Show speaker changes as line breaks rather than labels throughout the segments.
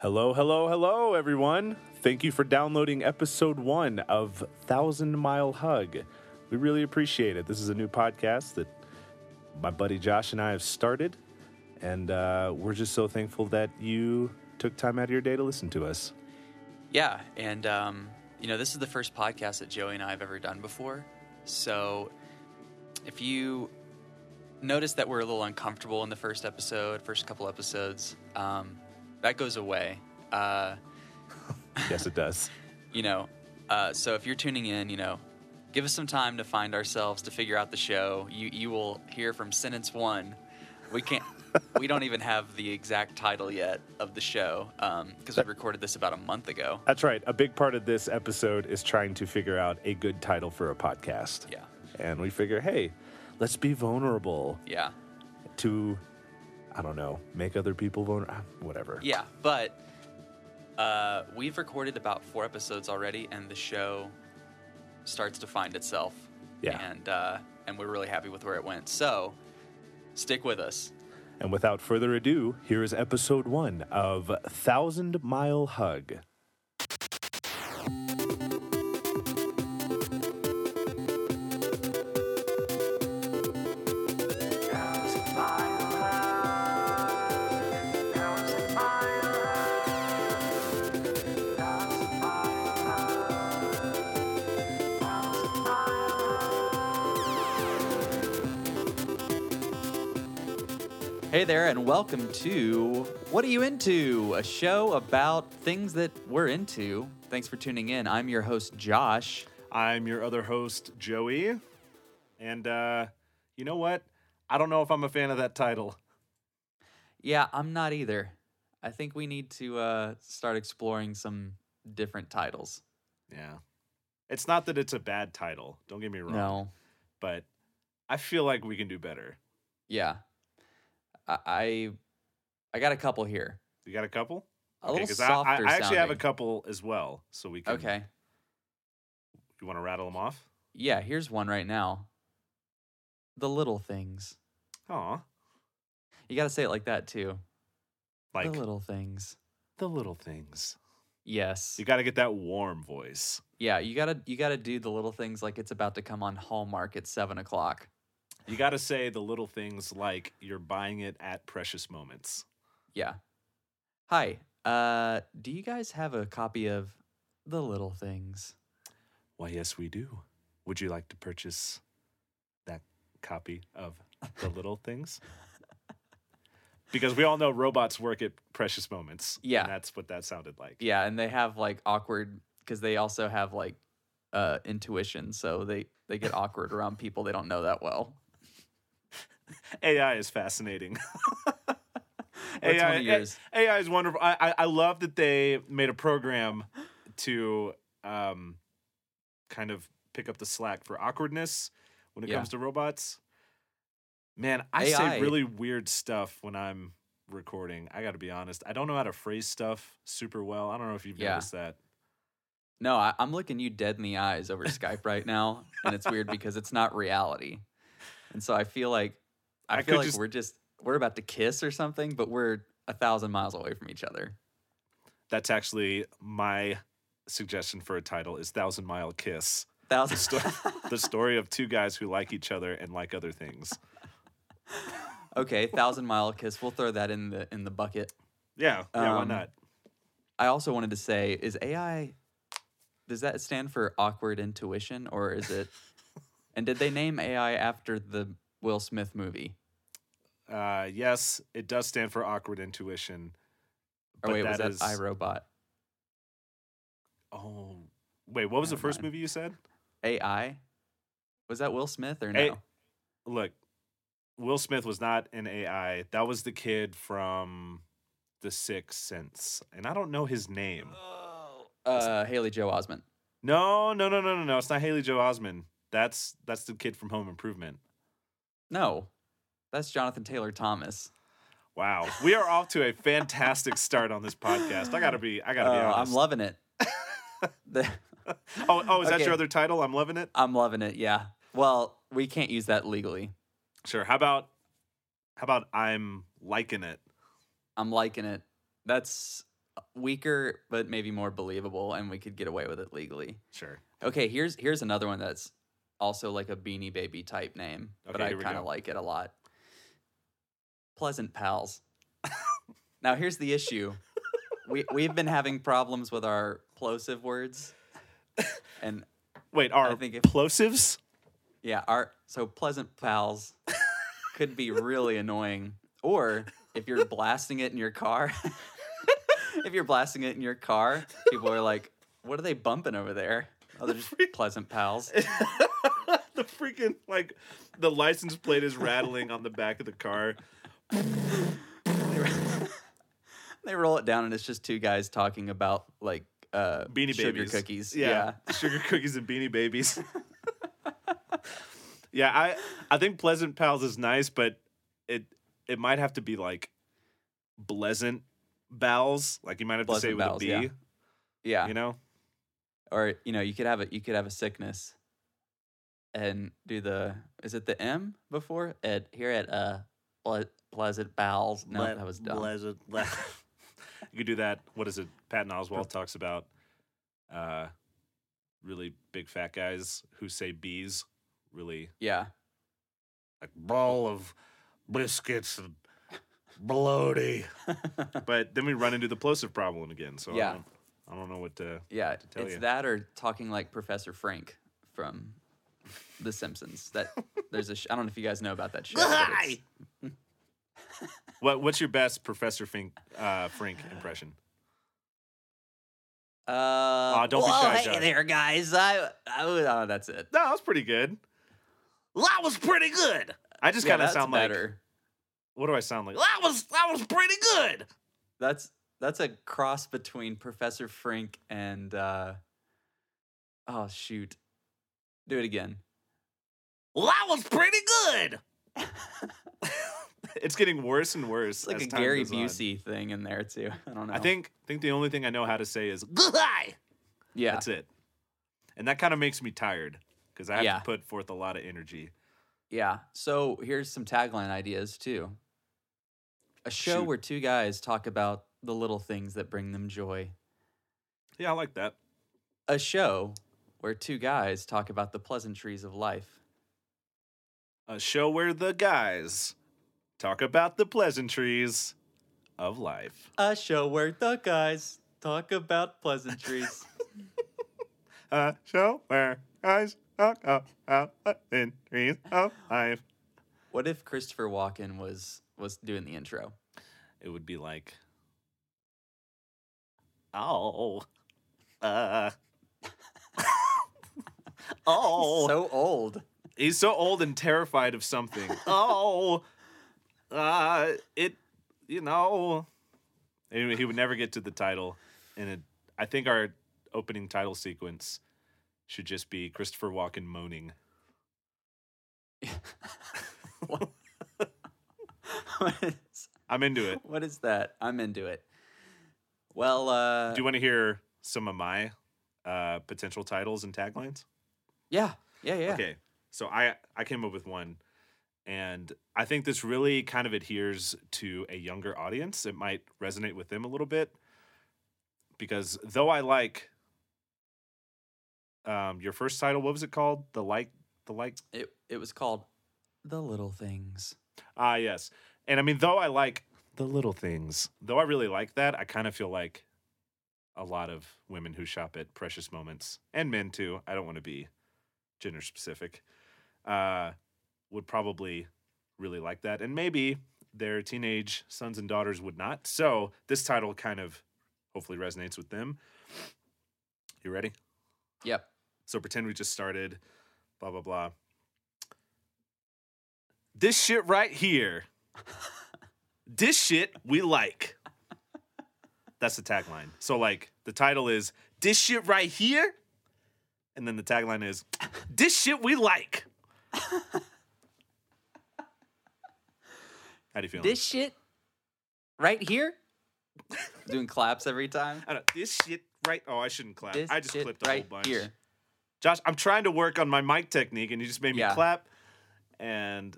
Hello, hello, hello, everyone. Thank you for downloading episode one of Thousand Mile Hug. We really appreciate it. This is a new podcast that my buddy Josh and I have started, and uh, we're just so thankful that you took time out of your day to listen to us.
Yeah, and um, you know, this is the first podcast that Joey and I have ever done before. So, if you notice that we're a little uncomfortable in the first episode, first couple episodes, um, that goes away. Uh,
Yes, it does.
you know, uh, so if you're tuning in, you know, give us some time to find ourselves to figure out the show. You you will hear from sentence one. We can't. we don't even have the exact title yet of the show because we recorded this about a month ago.
That's right. A big part of this episode is trying to figure out a good title for a podcast.
Yeah.
And we figure, hey, let's be vulnerable
Yeah.
to, I don't know, make other people vulnerable, whatever.
Yeah, but uh, we've recorded about four episodes already, and the show starts to find itself.
Yeah.
and uh, and we're really happy with where it went. So stick with us.
And without further ado, here is episode one of Thousand Mile Hug.
Hey there, and welcome to What Are You Into? A show about things that we're into. Thanks for tuning in. I'm your host, Josh.
I'm your other host, Joey. And uh, you know what? I don't know if I'm a fan of that title.
Yeah, I'm not either. I think we need to uh, start exploring some different titles.
Yeah. It's not that it's a bad title, don't get me wrong.
No.
But I feel like we can do better.
Yeah. I, I, I got a couple here.
You got a couple?
A little
'cause I, I,
softer
I actually have a
sounding.
couple as well. So we can.
Okay.
You want to rattle them off?
Yeah, here's one right now. The little things.
Aw.
You got to say it like that too.
Like
the little things.
the little things.
Yes.
You got to get that warm voice.
Yeah, you gotta you gotta do the little things like it's about to come on Hallmark at seven o'clock.
You got to say the little things like you're buying it at precious moments.
Yeah. Hi. Uh, do you guys have a copy of The Little Things?
Why, yes, we do. Would you like to purchase that copy of The Little Things? Because we all know robots work at precious moments. and
Yeah.
that's what that sounded like.
Yeah, and they have like awkward because they also have like uh intuition, so they they get awkward around people they don't know that well.
AI is fascinating.
What's
AI,
one of yours?
AI is wonderful. I, I, I love that they made a program to um, kind of pick up the slack for awkwardness when it
Yeah.
comes to robots. Man, I
AI
say really weird stuff when I'm recording. I got to be honest. I don't know how to phrase stuff super well. I don't know if you've
Yeah.
noticed that.
No, I, I'm looking you dead in the eyes over Skype right now, and it's weird because it's not reality, and so I feel like I,
I
feel
could
like
just-
we're just we're about to kiss or something, but we're a thousand miles away from each other.
That's actually my suggestion for a title is Thousand Mile Kiss.
Thousand.
the story of two guys who like each other and like other things.
okay, thousand mile kiss. We'll throw that in the in the bucket.
Yeah, yeah, why
Um,
not?
I also wanted to say, is AI? Does that stand for awkward intuition, or is it? and did they name AI after the Will Smith movie?
Uh, yes, it does stand for awkward intuition.
Or wait, was
that
that
is-
iRobot?
Oh, wait, what was the
Never
first
mind.
movie you said?
AI? Was that Will Smith or no?
A- Look, Will Smith was not an AI. That was the kid from The Sixth Sense, and I don't know his name.
Uh, Haley Joe Osment.
No, no, no, no, no, no. It's not Haley Joe Osment. That's that's the kid from Home Improvement.
No, that's Jonathan Taylor Thomas.
Wow, we are off to a fantastic start on this podcast. I gotta be, I gotta be
Uh,
honest.
I'm loving it. The-
oh, oh, is that
Okay.
your other title? I'm loving it.
I'm loving it. Yeah. Well, we can't use that legally.
Sure. How about, how about I'm liking it?
I'm liking it. That's weaker but maybe more believable, and we could get away with it legally.
Sure.
Okay, here's here's another one that's also like a Beanie Baby type name, but
Okay,
I
here we
kind of
go.
like it a lot. Pleasant Pals. now here's the issue. We we've been having problems with our plosive words, and
Wait, are
I think if-
plosives?
yeah, our so Pleasant Pals could be really annoying. Or if you're blasting it in your car, if you're blasting it in your car, people are like, "What are they bumping over there?" Oh, they're just Pleasant Pals.
the freaking like the license plate is rattling on the back of the car.
They roll it down and it's just two guys talking about like uh
Beanie
sugar
Babies.
cookies.
sugar cookies and beanie babies. yeah, I I think Pleasant Pals is nice, but it it might have to be like pleasant bowels. Like you might have to say it
Pleasant
with
bowels,
a B.
yeah. Yeah.
You know?
Or you know, you could have a you could have a sickness and do the is it the M before? At here at uh Ple- pleasant bowels. No, that was dumb.
Pleasant. you could do that. What is it? Patton Oswald talks about uh really big fat guys who say bees really
yeah.
like ball of biscuits and bloaty. but then we run into the plosive problem again. So I,
Yeah.
don't, I don't know what to.
Yeah,
tell
it's
ya.
that or talking like Professor Frank from The Simpsons. That there's a sh- I don't know if you guys know about that show. but it's-
What What's your best Professor Fink uh, Frink impression?
Uh,
don't be
well,
shy,
hey
Josh.
there, guys. I, I oh, that's it.
No, that was pretty good. That was pretty good. I just
Yeah,
kind of
that's
sound like.
better.
What do I sound like? That was that was pretty good.
That's that's a cross between Professor Frank and uh, oh shoot, do it again.
That was pretty good. it's getting worse and worse.
It's like
as
a
time
Gary
goes on.
Busey thing in there too. I don't know.
I think think the only thing I know how to say is good
yeah,
That's it. And that kind of makes me tired because I have
Yeah.
to put forth a lot of energy.
Yeah. So here's some tagline ideas too. A show
Shoot.
where two guys talk about the little things that bring them joy.
Yeah, I like that.
A show where two guys talk about the pleasantries of life.
A show where the guys talk about the pleasantries of life.
A show where the guys talk about pleasantries.
A show where guys talk about the pleasantries of life.
what if Christopher Walken was was doing the intro?
It would be like, oh, uh, oh.
So old.
He's so old and terrified of something. oh, uh, it, you know. Anyway, he would never get to the title. And it, I think our opening title sequence should just be Christopher Walken moaning.
what, is,
I'm into it.
what is that? I'm into it. Well, uh
Do you want to hear some of my uh, potential titles and taglines?
yeah. Yeah, yeah.
Okay. So I I came up with one and I think this really kind of adheres to a younger audience. It might resonate with them a little bit because though I like um your first title what was it called? The like the like
It it was called The Little Things.
Ah, yes. And I mean, though I like the little things, though I really like that, I kind of feel like a lot of women who shop at Precious Moments and men too, I don't want to be gender specific, uh, would probably really like that. And maybe their teenage sons and daughters would not. So this title kind of hopefully resonates with them. You ready?
Yep.
So pretend we just started, blah, blah, blah. This shit right here. this shit we like. That's the tagline. So, like, the title is This shit right here. And then the tagline is This shit we like. How do you feel?
This shit right here. Doing claps every time.
I don't, this shit right. Oh, I shouldn't clap.
This
I just
shit
clipped a
right
whole bunch.
here.
Josh, I'm trying to work on my mic technique, and you just made me
Yeah.
clap. And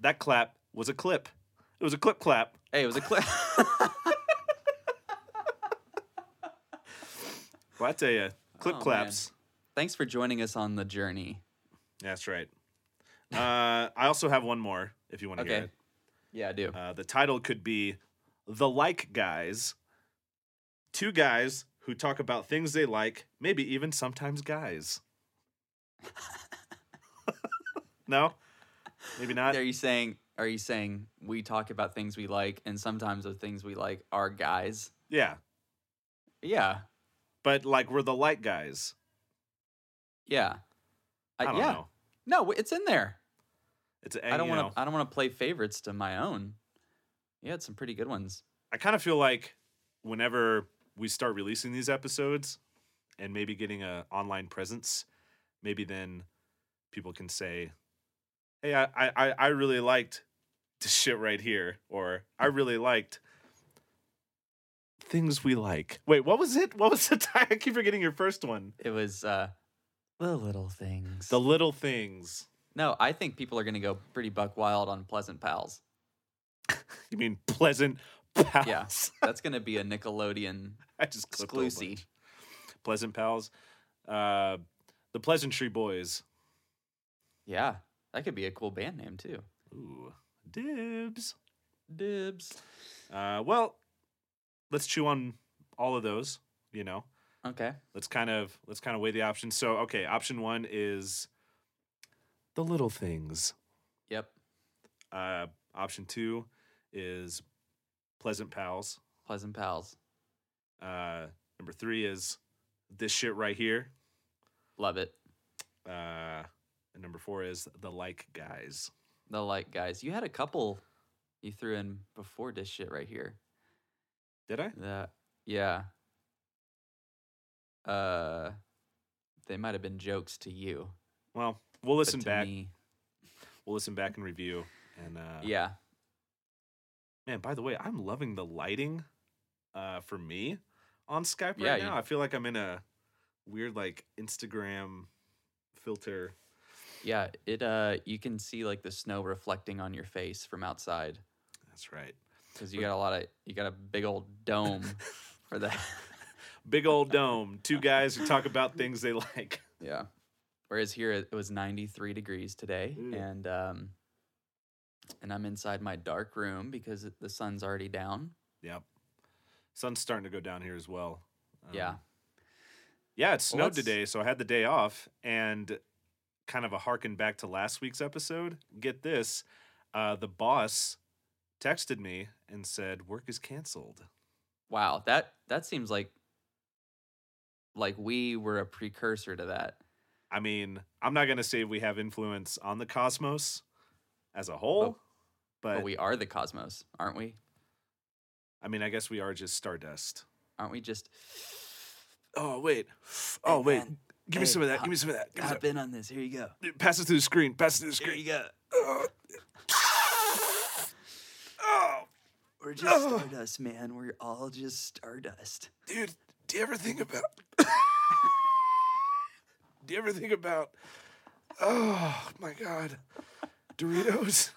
that clap was a clip. It was a clip clap.
Hey, it was a clip.
I tell you, clip
Oh,
claps.
Thanks for joining us on the journey.
That's right. Uh, I also have one more if you want to hear
Okay.
it.
Yeah, I do.
Uh, the title could be The Like Guys. Two guys who talk about things they like, maybe even sometimes guys. no? Maybe not.
are you saying? Are you saying we talk about things we like, and sometimes the things we like are guys?
Yeah.
Yeah,
But like we're the like guys.
yeah,
I
Uh,
don't
yeah.
know.
No, it's in there.
It's
I don't
want
want to. I don't want to play favorites to my own. You had some pretty good ones.
I kind of feel like whenever we start releasing these episodes and maybe getting a online presence, maybe then people can say, "Hey, I I I- I really liked this shit right here," or "I really liked things we like." Wait, what was it? What was the title? I keep forgetting your first one.
It was uh, the little things.
The little things.
no, I think people are going to go pretty buck wild on Pleasant Pals.
You mean pleasant pals?
Yeah. That's going to be a Nickelodeon.
I just clipped a whole
Exclusive.
bunch. Pleasant pals. Uh, the Pleasantry Boys.
Yeah, that could be a cool band name too.
Ooh, dibs.
Dibs.
Uh, well, let's chew on all of those. You know,
Okay.
let's kind of let's kind of weigh the options. So, okay, option one is the little things.
Yep.
Uh, option two is pleasant pals.
Pleasant Pals.
Uh, number three is this shit right here.
Love it.
Uh, and number four is the like guys.
The like guys. You had a couple you threw in before this shit right here.
Did I?
That yeah. Uh they might have been jokes to you.
Well, we'll
but
listen
to
back.
me-
We'll listen back and review. And uh,
yeah.
Man, by the way, I'm loving the lighting uh for me on Skype right
Yeah, you-
now. I feel like I'm in a weird like Instagram filter.
Yeah. It uh you can see like the snow reflecting on your face from outside.
That's right.
Because you got a lot of you got a big old dome for that.
Big old dome. Two guys who talk about things they like.
Yeah. Whereas here it it was 93 degrees today,
Ooh.
and um, and I'm inside my dark room because it- the sun's already down.
Yep. Sun's starting to go down here as well.
yeah.
Um, Yeah, it
Well,
snowed
let's-
today, so I had the day off and kind of a harken back to last week's episode. Get this. Uh the boss texted me and said work is canceled.
Wow. That that seems like like we were a precursor to that.
I mean, I'm not going to say we have influence on the cosmos as a whole, but,
But, we are the cosmos, aren't we?
I mean, I guess we are just stardust.
Aren't we just
Oh, wait.
Oh, wait. man.
Give
me Hey, uh, some of that. Give
me some of that.
hop in on this? Here you go.
Pass it through the screen. Pass it through the
Here you go.
Oh,
We're just
Oh.
stardust, man. We're all just stardust.
dude. Do you ever think about. do you ever think about. Oh, my God. Doritos?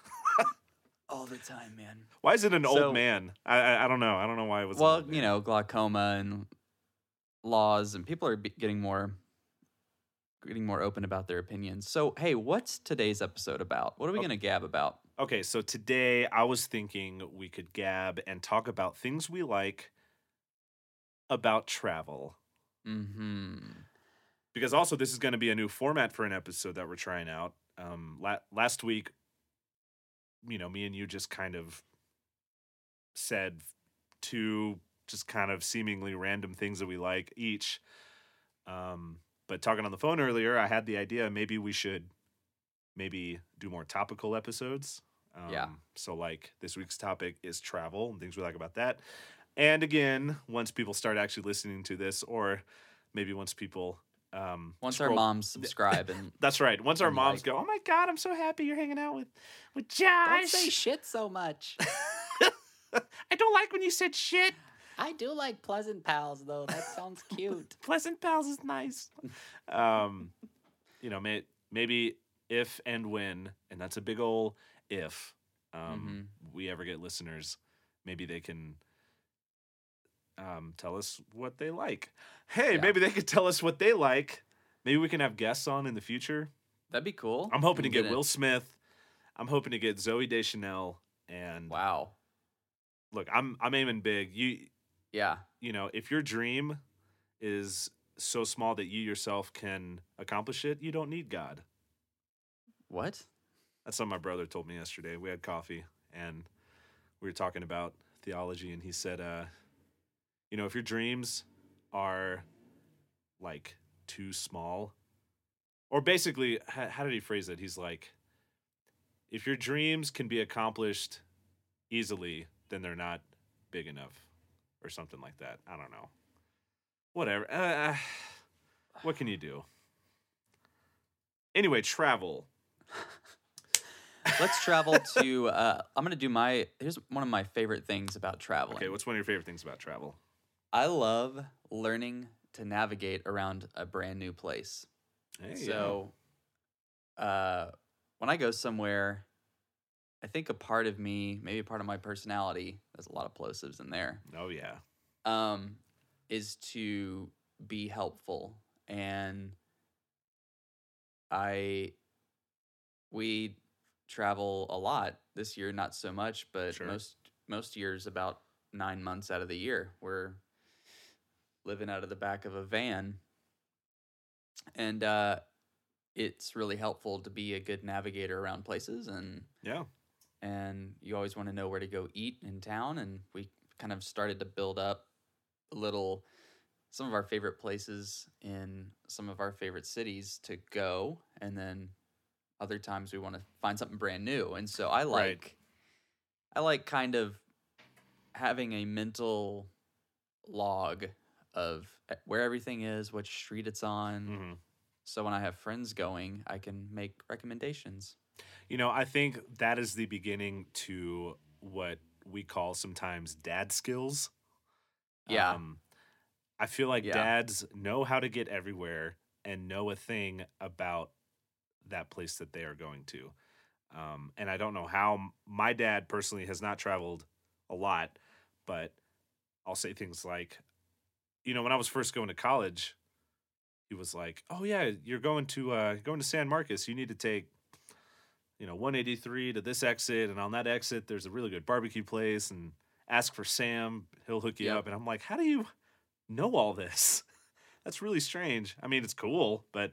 All the time, man.
Why is it an
So-
old man? I, I I don't know. I don't know why it was. an
well
old
you
man.
know glaucoma and laws and people are be- getting more getting more open about their opinions so hey what's today's episode about what are we
Oh.
gonna gab about
Okay, so today I was thinking we could gab and talk about things we like about travel.
mm-hmm
Because also, this is going to be a new format for an episode that we're trying out. Um, la- last week, you know, me and you just kind of said two just kind of seemingly random things that we like each. Um, but talking on the phone earlier, I had the idea maybe we should maybe do more topical episodes. Um,
Yeah.
So, like, this week's topic is travel and things we like about that. And again, once people start actually listening to this, or maybe once people. Um,
once our
scroll-
moms subscribe and
That's right. Once our
and
moms
like-
go, oh my God, I'm so happy you're hanging out with, with Josh.
don't say shit so much
I don't like when you said shit.
i do like pleasant pals though that sounds cute
Pleasant Pals is nice. um, you know, may, maybe if and when, and that's a big ol'
Mm-hmm.
if, um, we ever get listeners, maybe they can um, tell us what they like. Hey, maybe they could tell us what they like. Maybe we can have guests on in the future.
That'd be cool.
I'm hoping to
You
get
didn't-
Will Smith. I'm hoping to get Zoe Deschanel. And
Wow.
look, I'm I'm aiming big. You
Yeah.
you know, if your dream is so small that you yourself can accomplish it, you don't need God.
What?
That's what my brother told me yesterday. We had coffee and we were talking about theology, and he said, uh, you know, if your dreams are like too small, or basically, how, how did he phrase it? He's like, if your dreams can be accomplished easily, then they're not big enough, or something like that. I don't know. Whatever. Uh, uh, what can you do? Anyway, travel.
Let's travel to. Uh, I'm gonna do my. Here's one of my favorite things about traveling.
Okay, what's one of your favorite things about travel?
I love learning to navigate around a brand new place. so uh, when I go somewhere, I think a part of me, maybe a part of my personality, there's a lot of plosives in there,
oh yeah,
um, is to be helpful. And I, we travel a lot this year, not so much, but
Sure.
most most years, about nine months out of the year, we're living out of the back of a van. And uh, it's really helpful to be a good navigator around places and
yeah.
and you always want to know where to go eat in town. And we kind of started to build up a little some of our favorite places in some of our favorite cities to go. And then other times we want to find something brand new. And so I like,
Right.
I like kind of having a mental log of eh, where everything is, what street it's on.
hmm
So when I have friends going, I can make recommendations.
You know, I think that is the beginning to what we call sometimes dad skills.
Yeah.
Um, I feel like
Yeah.
dads know how to get everywhere and know a thing about that place that they are going to. Um, and I don't know how m- my dad personally has not traveled a lot, but I'll say things like, you know, when I was first going to college, he was like, "Oh yeah, you're going to uh, going to San Marcos. You need to take, you know, 183 to this exit, and on that exit, there's a really good barbecue place, and ask for Sam. He'll hook you
Yep.
up." And I'm like, "How do you know all this? That's really strange. I mean, it's cool, but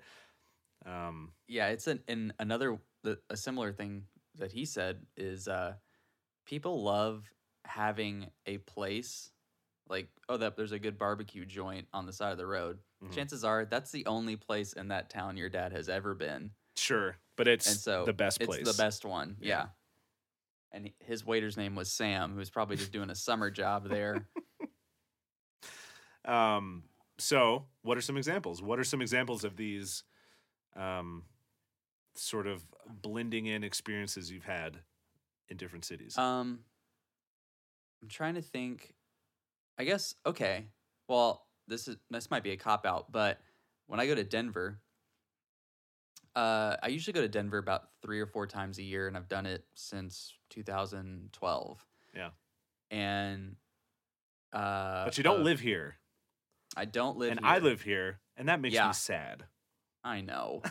um,
yeah it's an and another the, a similar thing that he said is uh people love having a place like oh that there's a good barbecue joint on the side of the road
Mhm.
chances are that's the only place in that town your dad has ever been
sure, but it's
and so
the best
it's
place.
the best one
Yeah.
yeah, and he- his waiter's name was sam who was probably just doing a summer job there
Um, so, what are some examples? What are some examples of these um, sort of blending in experiences you've had in different cities?
Um, I'm trying to think. I guess okay. Well, this is this might be a cop out, but when I go to Denver, uh, I usually go to Denver about three or four times a year, and I've done it since 2012.
Yeah.
And uh,
but you don't
uh,
live here,
I don't live.
and
here.
I live here, and that makes
Yeah.
me sad.
I know.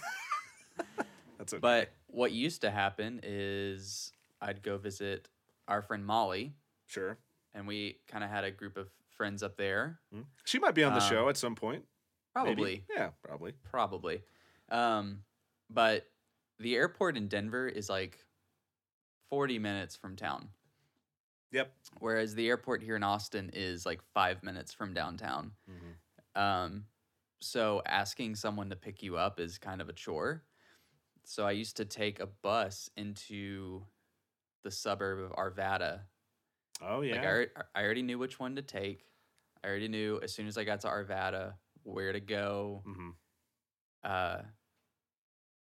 That's okay.
but what used to happen is I'd go visit our friend Molly,
sure,
and we kind of had a group of friends up there.
Mm. she might be on the
Um,
show at some point. maybe.
Probably.
yeah, probably.
probably. Um, but the airport in Denver is like 40 minutes from town,
Yep.
whereas the airport here in Austin is like five minutes from downtown.
Mhm.
Um, so asking someone to pick you up is kind of a chore. So I used to take a bus into the suburb of Arvada.
Oh yeah.
Like I, alre- I already knew which one to take. I already knew as soon as I got to Arvada where to go,
mm-hmm.
uh,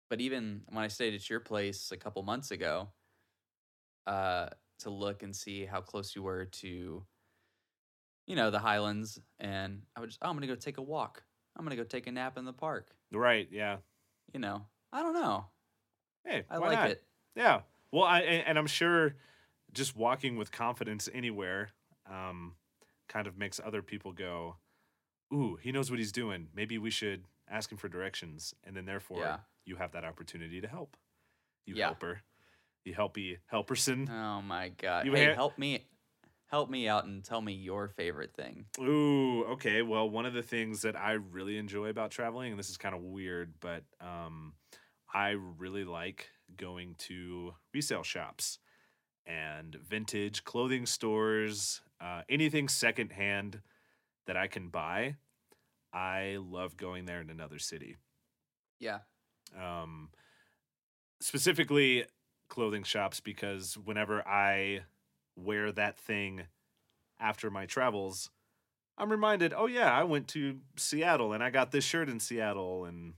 but even when I stayed at your place a couple months ago, uh, to look and see how close you were to, you know, the Highlands, and I would just, oh, I'm gonna go take a walk. I'm gonna go take a nap in the park.
Right. Yeah.
You know, I don't know.
Hey,
I
why
like
not?
it.
Yeah. Well, I and and I'm sure just walking with confidence anywhere um, kind of makes other people go, "Ooh, he knows what he's doing. Maybe we should ask him for directions." And then therefore,
Yeah.
you have that opportunity to help. You
Yeah.
helper, you helpy helperson.
Oh my god.
You
hey,
ha-
help me help me out and tell me your favorite thing.
Ooh, okay. Well, one of the things that I really enjoy about traveling, and this is kind of weird, but um, I really like going to resale shops and vintage clothing stores, uh, anything secondhand that I can buy. I love going there in another city
Yeah.
um, specifically clothing shops because whenever I wear that thing after my travels, I'm reminded, oh yeah, I went to Seattle and I got this shirt in Seattle and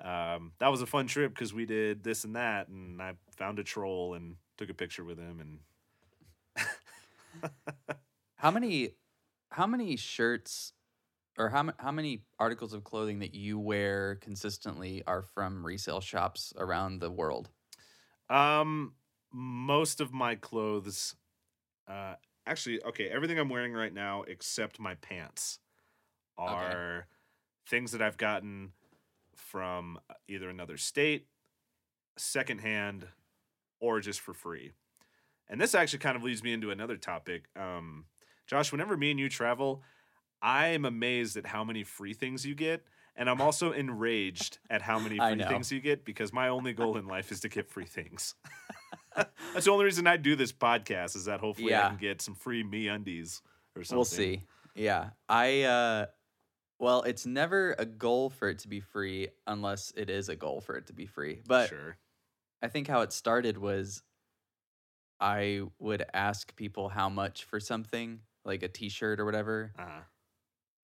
um, that was a fun trip because we did this and that and I found a troll and took a picture with him and
How many how many shirts or how, ma- how many articles of clothing that you wear consistently are from resale shops around the world?
Um, most of my clothes, uh, actually, okay, everything I'm wearing right now except my pants are things that I've gotten from uh, either another state, secondhand, or just for free. And this actually kind of leads me into another topic. Um, Josh, whenever me and you travel, I am amazed at how many free things you get. And I'm also enraged at how many
I
free
know.
things you get because my only goal in life is to get free things. That's the only reason I do this podcast is that hopefully I
Yeah.
can get some free me undies or something.
We'll see. Yeah. I uh well, it's never a goal for it to be free unless it is a goal for it to be free. But
sure.
I think how it started was I would ask people how much for something, like a t-shirt or whatever,
Uh-huh.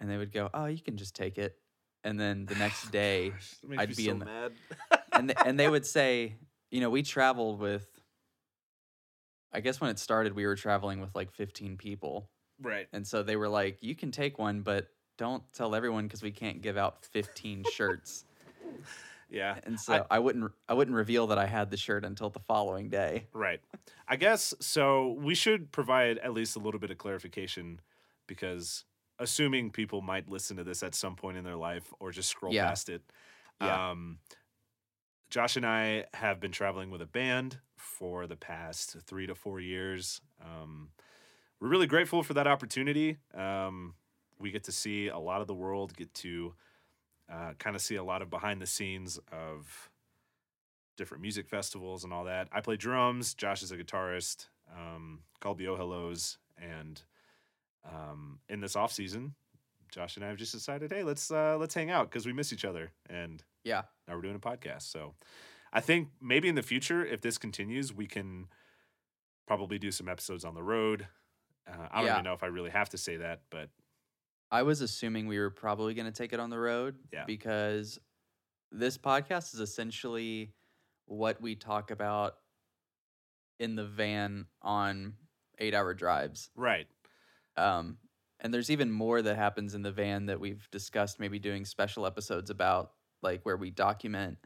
and they would go, "Oh, you can just take it." And then the next day,
Gosh, that makes
I'd
me
be
so
in the-
mad.
and they, and they would say, you know, we traveled with I guess when it started we were traveling with like 15 people.
right.
And so they were like, "You can take one, but don't tell everyone cuz we can't give out 15 shirts."
Yeah.
And so I, wouldn't I wouldn't reveal that I had the shirt until the following day.
Right. I guess so. We should provide at least a little bit of clarification because assuming people might listen to this at some point in their life or just scroll
Yeah.
past it.
Yeah.
Um, Josh and I have been traveling with a band for the past three to four years. Um, we're really grateful for that opportunity. Um, we get to see a lot of the world, get to uh, kind of see a lot of behind the scenes of different music festivals and all that. I play drums. Josh is a guitarist. Um, called the Oh Hellos, and um, in this off season, Josh and I have just decided, hey, let's uh, let's hang out because we miss each other, and
Yeah.
now we're doing a podcast. So, I think maybe in the future, if this continues, we can probably do some episodes on the road. Uh, I don't
Yeah.
even know if I really have to say that, but
I was assuming we were probably going to take it on the road
Yeah.
because this podcast is essentially what we talk about in the van on eight hour drives.
right,
Um, and there's even more that happens in the van that we've discussed, maybe doing special episodes about, like where we document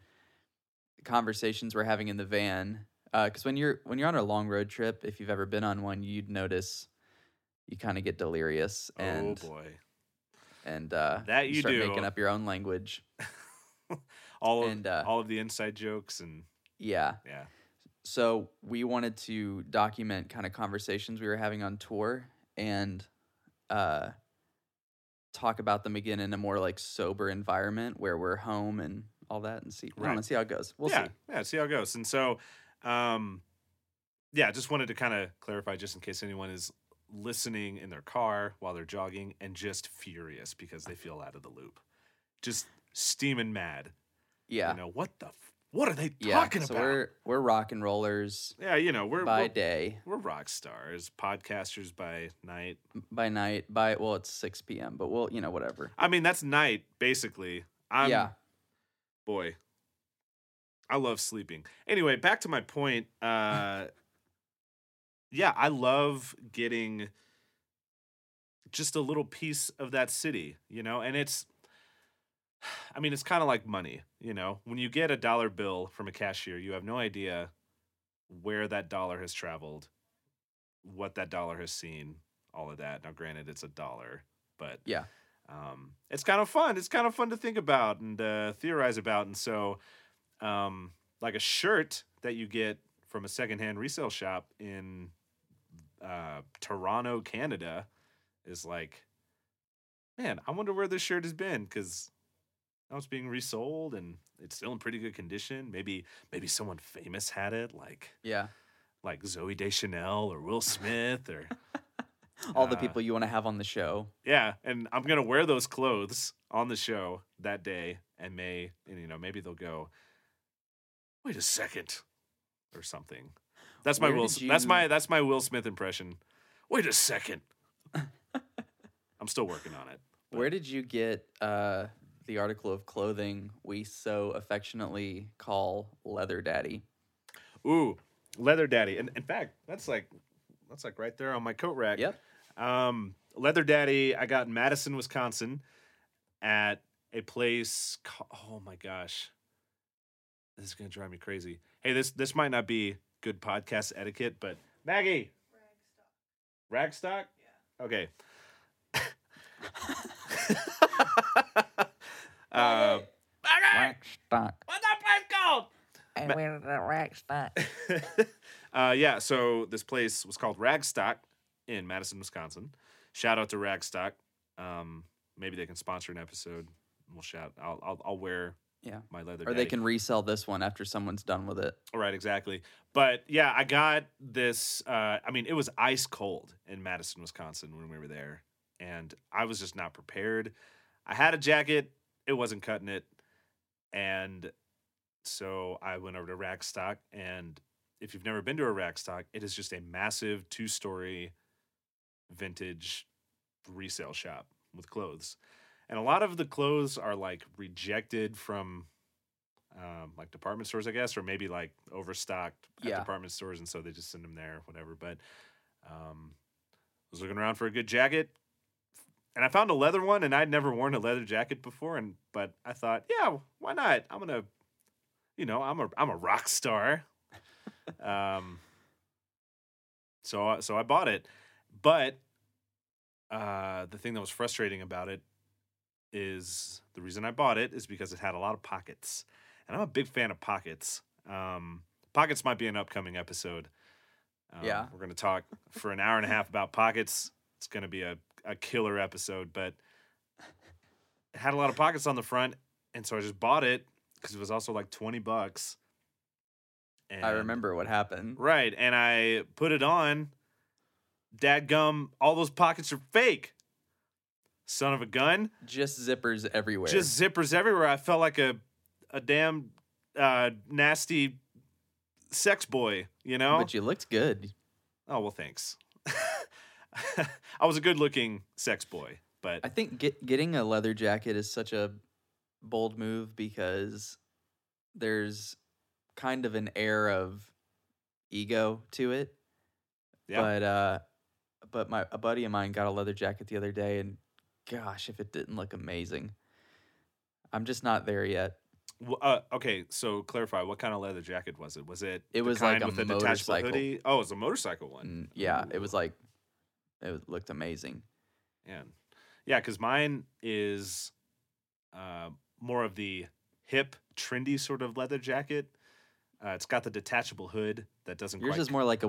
the conversations we're having in the van. Because when you're when you're on a long road trip, if you've ever been on one, you'd notice you kind of get delirious and
oh boy,
and uh,
That you
start
do.
making up your own language.
all of
and, uh,
all of the inside jokes and
Yeah.
yeah,
So we wanted to document kind of conversations we were having on tour and uh, talk about them again in a more like sober environment where we're home and all that, and see. I
Right.
don't know, see how it goes. We'll
yeah,
see.
yeah, see how it goes. And so, um, yeah, just wanted to kind of clarify just in case anyone is listening in their car while they're jogging and just furious because they feel out of the loop, just steaming mad.
Yeah.
You know what the f- what are they
yeah.
talking
so
about?
we're we're rock and rollers
yeah, you know we're
by
we're,
day,
we're rock stars, podcasters by night.
by night, by well, it's six p.m., but we'll you know whatever.
I mean that's night basically. I'm,
yeah.
boy i love sleeping anyway back to my point uh yeah i love getting just a little piece of that city you know and it's i mean it's kind of like money you know when you get a dollar bill from a cashier you have no idea where that dollar has traveled what that dollar has seen all of that. Now, granted, it's a dollar, but
Yeah.
um, it's kind of fun. It's kind of fun to think about and uh, theorize about. And so, um, like a shirt that you get from a secondhand resale shop in uh, Toronto, Canada, is like, man, I wonder where this shirt has been because now it's being resold and it's still in pretty good condition. Maybe, maybe someone famous had it, like
Yeah.
like Zoe Deschanel or Will Smith or
All the
Uh,
people you want to have on the show.
Yeah, and I'm gonna wear those clothes on the show that day, and may and you know maybe they'll go, wait a second, or something. That's my
Where
Will.
did
S- That's
you-
my that's my Will Smith impression. Wait a second. I'm still working on it.
Where did you get uh, the article of clothing we so affectionately call leather daddy?
Ooh, leather daddy. And in fact, that's like that's like right there on my coat rack.
Yep.
Um, leather daddy. I got in Madison, Wisconsin, at a place. ca- Oh my gosh, this is gonna drive me crazy. Hey, this this might not be good podcast etiquette, but Maggie. Ragstock. Ragstock. Okay. uh,
Rack stock.
what's that place called?
And where did that rack spot?
uh, yeah, so this place was called Ragstock in Madison, Wisconsin. Shout out to Ragstock. Um, maybe they can sponsor an episode. We'll shout. I'll I'll, I'll wear
Yeah.
my leather.
Or they
daddy.
can resell this one after someone's done with it.
Right, exactly. But yeah, I got this. Uh, I mean, it was ice cold in Madison, Wisconsin when we were there, and I was just not prepared. I had a jacket, it wasn't cutting it, and so I went over to Rackstock. And if you've never been to a Rackstock, it is just a massive two-story vintage resale shop with clothes, and a lot of the clothes are like rejected from um, like department stores, I guess, or maybe like overstocked at
Yeah.
department stores, and so they just send them there, whatever. But um, I was looking around for a good jacket, and I found a leather one, and I'd never worn a leather jacket before, and but I thought, yeah, why not? I'm gonna, you know, I'm a I'm a rock star. um, so I- so I bought it, but uh, the thing that was frustrating about it is the reason I bought it is because it had a lot of pockets, and I'm a big fan of pockets. Um, pockets might be an upcoming episode. Um,
Yeah.
we're gonna talk for an hour and a half about pockets. It's gonna be a a killer episode, but it had a lot of pockets on the front, and so I just bought it because it was also like twenty bucks. And
I remember what happened.
Right. And I put it on. Dadgum, all those pockets are fake. Son of a gun.
Just zippers everywhere.
Just zippers everywhere. I felt like a a damn uh, nasty sex boy, you know?
But you looked good.
oh, well, thanks. I was a good looking sex boy, but
I think get, getting a leather jacket is such a bold move because there's kind of an air of ego to it.
Yeah.
But uh, but my a buddy of mine got a leather jacket the other day, and gosh, if it didn't look amazing. I'm just not there yet.
w- uh, okay, so clarify what kind of leather jacket was it? Was it the
It was like
kind
a
with detachable
motorcycle.
hoodie? Oh, it was a motorcycle one.
And yeah, it
Ooh.
was like it looked amazing.
And yeah, because mine is uh, more of the hip, trendy sort of leather jacket. Uh, it's got the detachable hood that doesn't
Yours
quite.
is more like a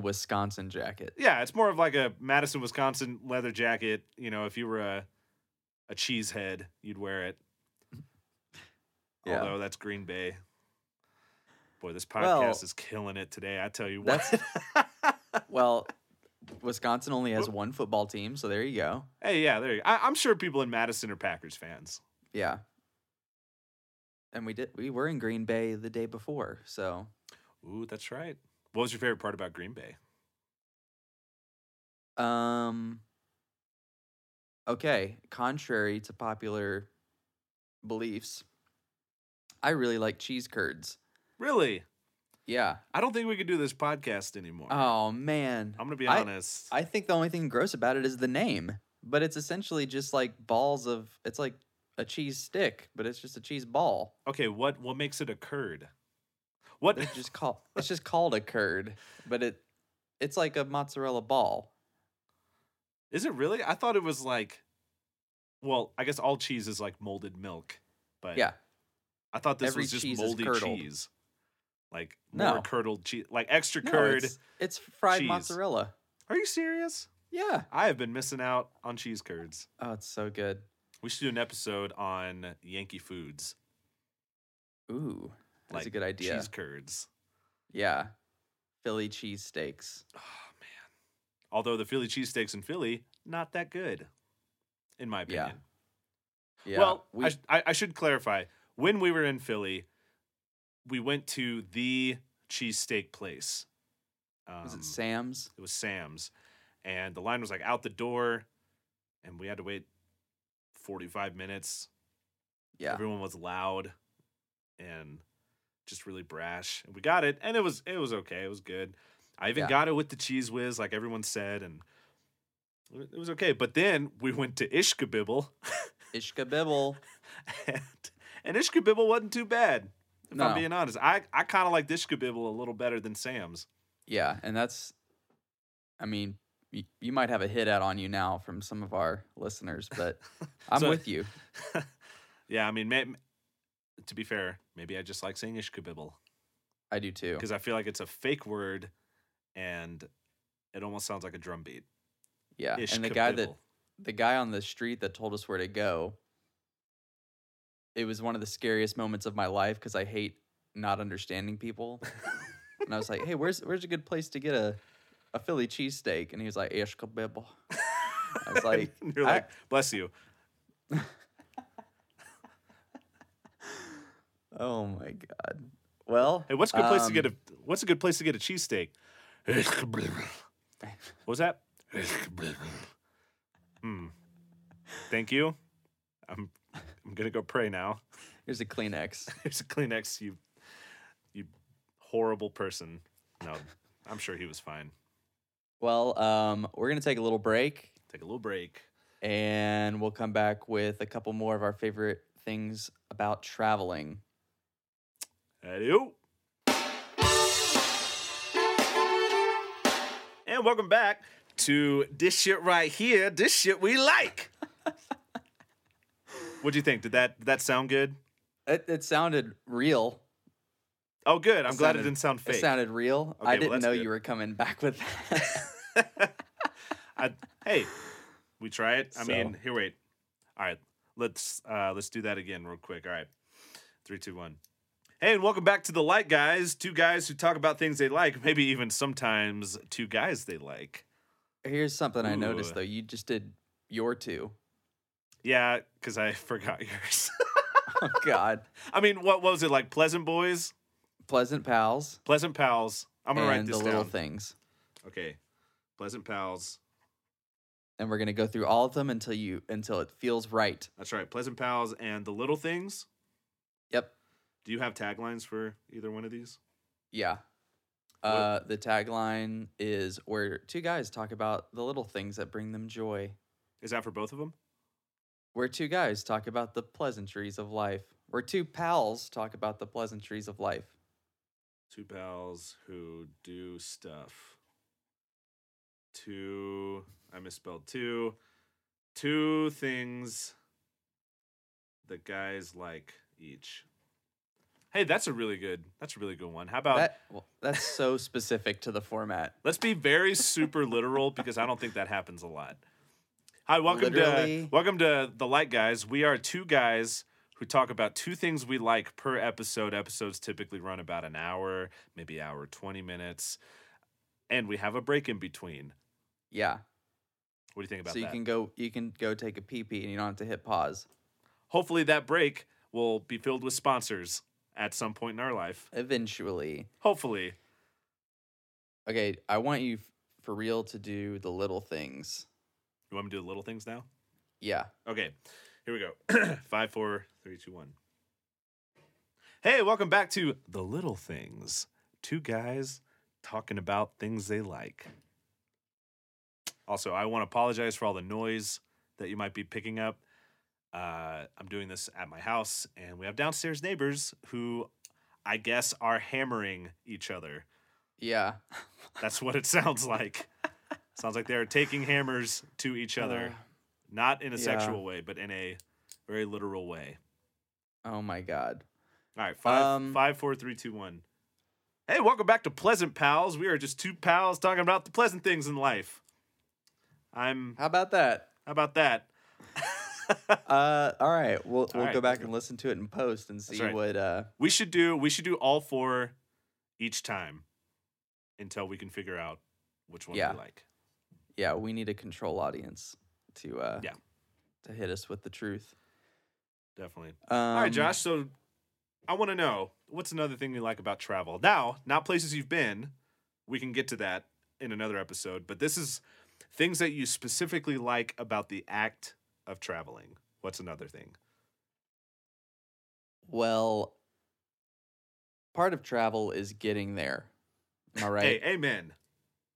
Wisconsin jacket.
yeah, it's more of like a Madison, Wisconsin leather jacket. You know, if you were a a cheesehead, you'd wear it.
Yeah.
Although that's Green Bay. Boy, this podcast
Well-
is killing it today. I tell you what.
That's well, Wisconsin only has one football team, so there you go.
hey, yeah, there you go. I, I'm sure people in Madison are Packers fans.
Yeah. And we did. We were in Green Bay the day before, so
Ooh, that's right. What was your favorite part about Green Bay?
um. Okay, contrary to popular beliefs, I really like cheese curds.
Really?
Yeah.
I don't think we could do this podcast anymore.
Oh man.
I'm gonna be
I-
honest.
I think the only thing gross about it is the name, but it's essentially just like balls of. It's like a cheese stick, but it's just a cheese ball.
okay, what what makes it a curd? What?
It's just called. It's just called a curd, but it, it's like a mozzarella ball.
Is it really? I thought it was like, well, I guess all cheese is like molded milk, but
Yeah.
I thought this
Every
was just
cheese is
moldy
curdled.
cheese, like
No.
more curdled cheese, like extra
No,
curd.
It's, it's fried
cheese.
mozzarella.
Are you serious?
Yeah.
I have been missing out on cheese curds.
Oh, it's so good.
We should do an episode on Yankee foods,
Ooh, that's a good idea.
cheese curds.
Yeah. Philly cheesesteaks.
Oh man! Although the Philly cheesesteaks in Philly not that good, in my
Yeah.
opinion.
Yeah.
well,
we,
I, sh- I, I should clarify. When we were in Philly, we went to the cheesesteak place. Um,
was it Sam's?
It was Sam's. And the line was like out the door, and we had to wait 45 minutes.
Yeah.
Everyone was loud and just really brash. And we got it, and it was it was okay. It was good. I even
Yeah.
got it with the cheese whiz, like everyone said, and it was okay. But then we went to Ishkabibble.
Ishka Bibble.
and, and Ishkabibble wasn't too bad. If
No.
I'm being honest, I, I kind of like Ishkabibble a little better than Sam's.
Yeah, and that's, I mean, you, you might have a hit out on you now from some of our listeners, but I'm
So-
with you.
yeah, I mean, may, to be fair, maybe I just like saying Ishkabibble
I do too.
because I feel like it's a fake word, and it almost sounds like a drum beat.
Yeah, and the
Ishkabibble.
guy that the guy on the street that told us where to go. It was one of the scariest moments of my life because I hate not understanding people, and I was like, "Hey, where's where's a good place to get a a Philly cheesesteak?" And he was like, "Ishka Bibble." I was like,
And you're
I-
like, bless you.
"Oh my god." Well,
Hey, what's a good place to get
um,
a what's a good place to get a cheesesteak? Ishkabibble. What was that? Ishkabibble. Hmm. Thank you. I'm I'm gonna go pray now.
Here's a Kleenex.
Here's a Kleenex, you you horrible person. No, I'm sure he was fine.
Well, um, we're going to take a little break
Take a little break.
and we'll come back with a couple more of our favorite things about traveling.
Adieu. And welcome back to this shit right here. This shit we like. What'd you think? Did that did that sound good?
It, it sounded real.
Oh, good. I'm glad
sounded-
it didn't sound fake.
It sounded real.
Okay,
I
well,
didn't
that's
know
good.
you were coming back with that.
I, hey, we try it. I
So-
mean, here, wait. All right, let's uh, let's do that again real quick. All right, three, two, one. Hey, and welcome back to the Light Guys. Two guys who talk about things they like, maybe even sometimes two guys they like.
Here's something I noticed
Ooh.
though. You just did your two.
Yeah, because I forgot yours.
Oh God.
I mean, what, what was it like? Pleasant Boys,
Pleasant Pals
Pleasant Pals. I'm gonna write
and
this
the
down.
little things.
Okay, Pleasant Pals.
And we're gonna go through all of them until you until it feels right.
That's right, Pleasant Pals and the little things.
Yep.
Do you have taglines for either one of these?
Yeah. Uh, the tagline is where two guys talk about the little things that bring them joy.
Is that for both of them?
Where two guys talk about the pleasantries of life. Where two pals talk about the pleasantries of life.
Two pals who do stuff. Two, I misspelled two. Two things that guys like each. Hey, that's a really good. That's a really good one. How about
that well, that's so specific to the format.
let's be very super literal because I don't think that happens a lot. Hi, welcome
Literally.
to welcome to the Light Guys. We are two guys who talk about two things we like per episode. Episodes typically run about an hour, maybe hour twenty minutes, and we have a break in between.
Yeah.
What do you think about
So you
that?
can go you can go take a pee pee and you don't have to hit pause.
Hopefully, that break will be filled with sponsors at some point in our life.
Eventually.
Hopefully,
Okay, I want you f- for real to do the little things.
you want me to do the little things now?
Yeah.
Okay, here we go. Five, four, three, two, one. Hey, welcome back to The Little Things. Two guys talking about things they like. Also, I want to apologize for all the noise that you might be picking up. Uh, I'm doing this at my house, and we have downstairs neighbors who I guess are hammering each other.
Yeah.
That's what it sounds like. Sounds like they are taking hammers to each other, not in a
yeah.
sexual way, but in a very literal way.
Oh my god.
All right, five,
Um,
five, four, three, two, one. Hey, welcome back to Pleasant Pals. We are just two pals talking about the pleasant things in life. I'm.
How about that?
How about that?
Uh, all right. We'll we'll
right,
go back
let's
and listen to it in post and see
right.
what. Uh,
We should do. We should do all four each time until we can figure out which one
Yeah.
we like.
yeah, we need a control audience to. Uh,
Yeah.
To hit us with the truth.
Definitely.
Um,
all right, Josh. So I want to know what's another thing you like about travel. Now, not places you've been. We can get to that in another episode. But this is things that you specifically like about the act of traveling. What's another thing?
Well, part of travel is getting there. Am I right?
Hey, amen.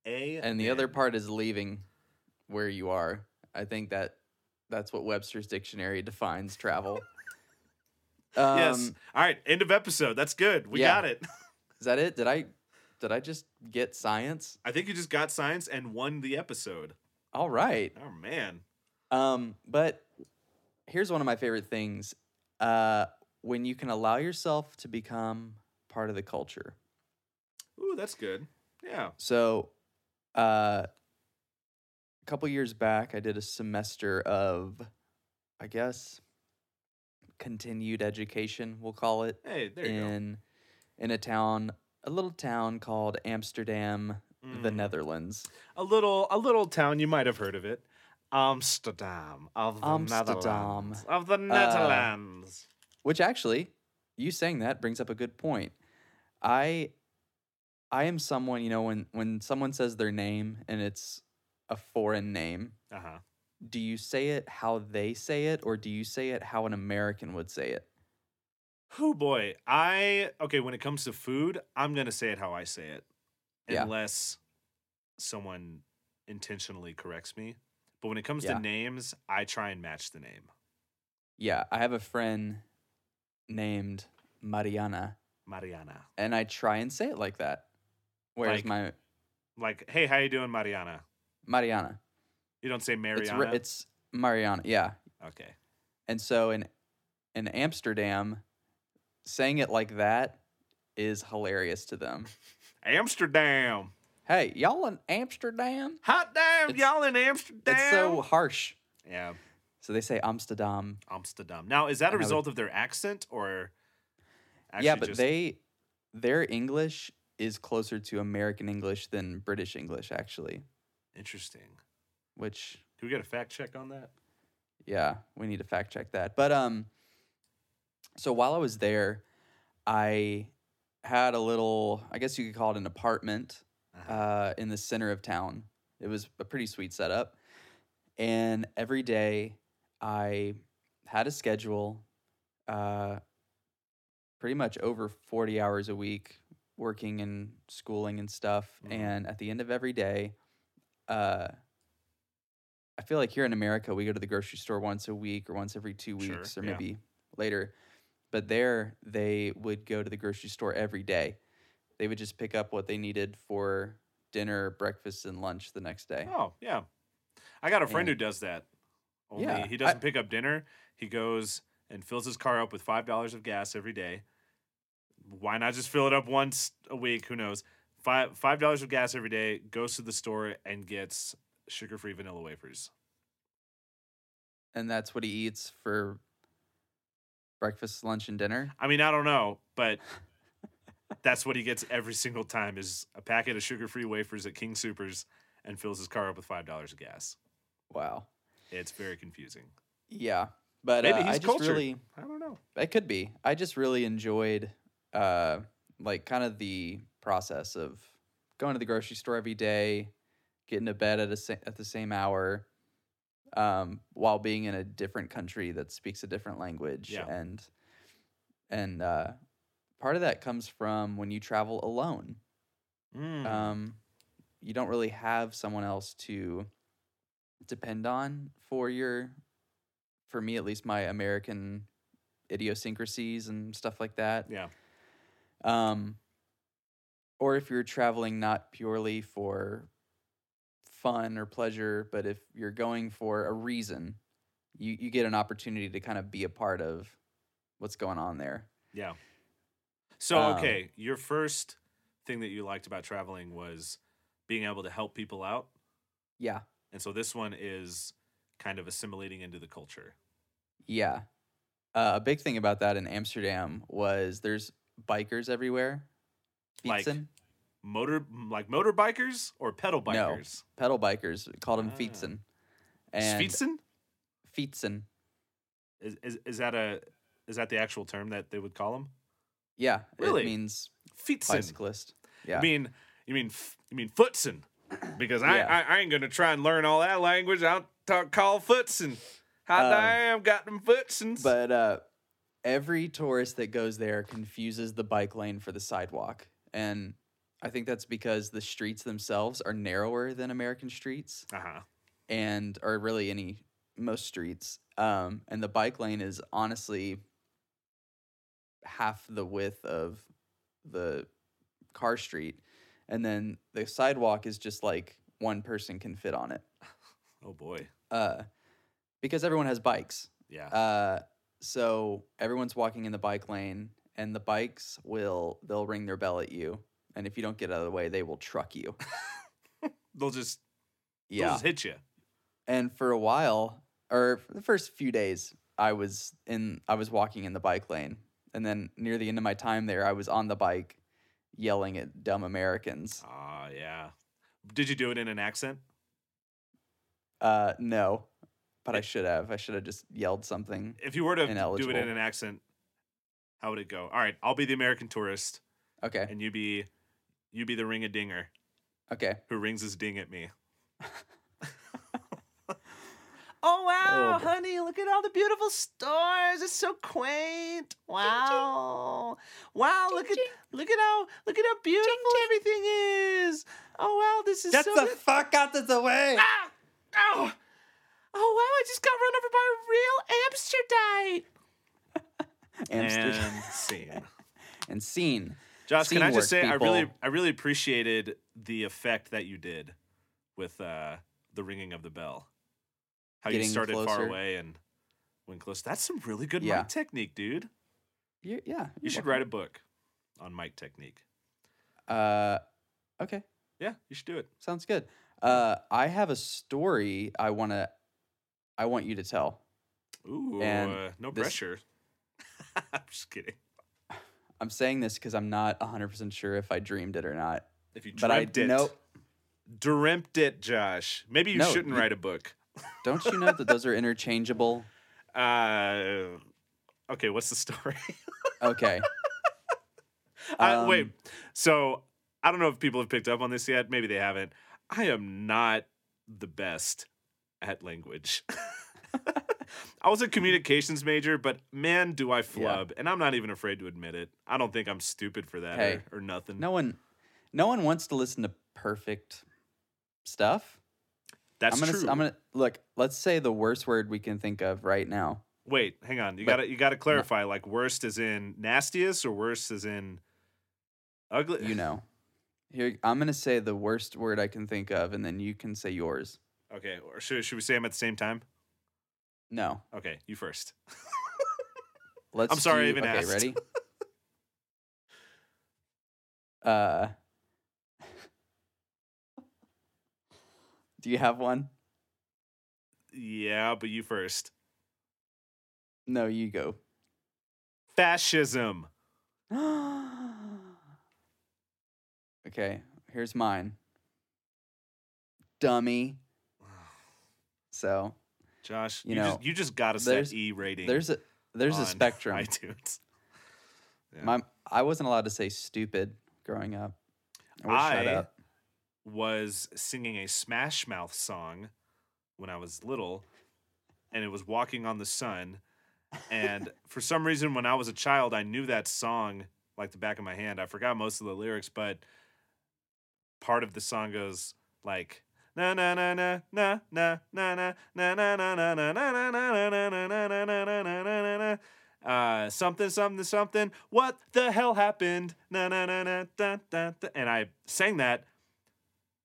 A
and the other part is leaving where you are. I think that that's what Webster's dictionary defines travel. um,
yes. All right. End of episode. That's good. We
yeah.
got it.
Is that it? Did I did I just get science?
I think you just got science and won the episode.
All right.
Oh man.
Um, but here's one of my favorite things: uh, when you can allow yourself to become part of the culture.
Ooh, that's good. Yeah.
So, uh, a couple years back, I did a semester of, I guess, continued education. We'll call it
Hey, there you
in in a town, a little town called Amsterdam,
go.
the
Mm.
Netherlands.
a little a little town you might have heard of it amsterdam of the
Amsterdam. Uh.
netherlands of the netherlands
Which actually, you saying that brings up a good point. I I am someone, you know, when when someone says their name and it's a foreign name,
uh-huh
do you say it how they say it or do you say it how an American would say it?
oh boy i okay when it comes to food i'm gonna say it how i say it
Yeah.
unless someone intentionally corrects me but when it comes
Yeah.
to names i try and match the name
Yeah, I have a friend named Mariana
mariana
and I try and say it like that. Whereas
Like-
my
like hey how you doing mariana
Mariana,
you don't say
It's
mariana
re- it's Mariana, yeah.
okay
And so in in Amsterdam, saying it like that is hilarious to them.
amsterdam
Hey, y'all in Amsterdam?
hot damn
It's-
y'all in amsterdam
It's so harsh.
yeah
So they say Amsterdam.
Amsterdam. Now, is that a
And I would-
result of their accent or?
yeah, but
just-
they their English is closer to American English than British English actually,
interesting.
which
Can we get a fact check on that?
yeah, we need to fact check that. But um so while I was there, I had a little, I guess you could call it an apartment uh, in the center of town. It was a pretty sweet setup. And every day I had a schedule, uh, pretty much over 40 hours a week, working and schooling and stuff.
Mhm.
And at the end of every day, uh, I feel like here in America, we go to the grocery store once a week or once every two
Sure,
weeks or
yeah.
maybe later. But there, they would go to the grocery store every day. They would just pick up what they needed for dinner, breakfast, and lunch the next day.
Oh yeah, I got a friend
And-
who does that. Only
Yeah,
he
I-
doesn't pick up dinner. He goes and fills his car up with five dollars of gas every day. Why not just fill it up once a week? Who knows? Five five dollars of gas every day. Goes to the store and gets sugar free vanilla wafers.
And that's what he eats for breakfast, lunch, and dinner.
I mean, I don't know, but that's what he gets every single time is a packet of sugar-free wafers at King Supers and fills his car up with five dollars of gas.
Wow.
It's very confusing.
Yeah. But
Maybe
uh,
he's
I just
cultured.
really,
I don't know.
it could be. I just really enjoyed, uh, like, kind of the process of going to the grocery store every day, getting to bed at, a, sa- at the same hour, um, while being in a different country that speaks a different language.
Yeah.
And, and, uh, part of that comes from when you travel alone.
Mm.
um, you don't really have someone else to depend on for your for me at least my american idiosyncrasies and stuff like that
yeah,
um or if you're traveling not purely for fun or pleasure, but if you're going for a reason, you, you get an opportunity to kind of be a part of what's going on there.
Yeah. So
Um,
okay, your first thing that you liked about traveling was being able to help people out,
Yeah.
and so this one is kind of assimilating into the culture.
Yeah. Uh, a big thing about that in Amsterdam was there's bikers everywhere.
Like
Fietsen?
Motor like motorbikers or pedal bikers?
pedal bikers. We Called them
Ah.
Fietsen. And
Svietsen?
Fietsen.
Is, is is that a is that the actual term that they would call them?
Yeah.
Really?
It means
Fietsen.
bicyclist. Yeah.
I mean, you mean f- you mean footsen, because I,
Yeah.
I I ain't gonna try and learn all that language. I'll talk call footsen. How
Um,
damn got them footsens?
but uh, every tourist that goes there confuses the bike lane for the sidewalk. And I think that's because the streets themselves are narrower than American streets.
uh huh.
and or really any most streets. Um, and the bike lane is honestly half the width of the car street, and then the sidewalk is just like one person can fit on it.
Oh boy.
Uh, because everyone has bikes,
Yeah.
uh, so everyone's walking in the bike lane, and the bikes will they'll ring their bell at you, and if you don't get out of the way, they will truck you.
they'll just they'll
Yeah,
just hit you.
and for a while or for the first few days i was in i was walking in the bike lane and then near the end of my time there i was on the bike yelling at dumb americans
Ah yeah. Did you do it in an accent?
uh no but i should have i should have just yelled something
If you were to do it
Ineligible.
in an accent, how would it go? All right, I'll be the American tourist,
okay
and you be you be the ring a dinger
okay
who rings his ding at me.
Oh wow,
Oh, boy.
honey, look at all the beautiful stars. It's so quaint. Wow. Wow, look at look at how look at how beautiful everything is. Oh wow, this is
get
so
the fuck out of the way
Ah! Oh! Oh wow, I just got run over by a real Amsterdite.
Amsterdam.
And scene.
and scene
Josh, can I just say
Scene work,
I really
people.
I really appreciated the effect that you did with uh, the ringing of the bell. How you
Getting
started far
closer.
away and went close. That's some really good
Yeah.
mic technique, dude.
you, yeah
You should write a book on mic technique.
a uh okay
Yeah, you should do it.
sounds good uh i have a story i want to i want you to tell
Ooh,
And
uh, no
this-
pressure. I'm just kidding.
I'm saying this because I'm not 100% sure if I dreamed it or not.
If you
But I
dreamt it,
know.
dreamt it, Josh. Maybe you
No,
shouldn't
you-
write a book.
Don't you know that those are interchangeable?
Uh, okay, what's the story?
Okay.
Uh,
Um,
wait. So I don't know if people have picked up on this yet. Maybe they haven't. I am not the best at language. I was a communications major, but man, do I flub, and I'm not even afraid to admit it. I don't think I'm stupid for that
Hey,
or, or nothing.
No one, no one wants to listen to perfect stuff.
that's
I'm gonna. s-
true.
I'm gonna look. Let's say the worst word we can think of right now.
Wait, hang on. You
But-
gotta you gotta clarify. Like worst is in nastiest, or worst is in ugly.
You know. Here, I'm gonna say the worst word I can think of, and then you can say yours.
Okay. Or should should we say them at the same time?
No.
Okay, you first.
Let's.
I'm sorry I
do-
even
okay,
asked.
Ready? uh. Do you have one?
Yeah, but you first.
No, you go.
Fascism.
okay, here's mine. Dummy. So
Josh, you,
You
just
know,
you just gotta set
there's-
E rating.
there's a there's a
on
spectrum.
iTunes. Yeah.
My I wasn't allowed to say stupid growing up. I was shut
I-
up.
was singing a Smash Mouth song when I was little, and it was Walking on the Sun. And for some reason, when I was a child, I knew that song like the back of my hand. I forgot most of the lyrics, but part of the song goes like. Na na na na na na na na na na na na na na na na na na na na na na na na na na uh something something something what the hell happened na na na na da da da and I sang that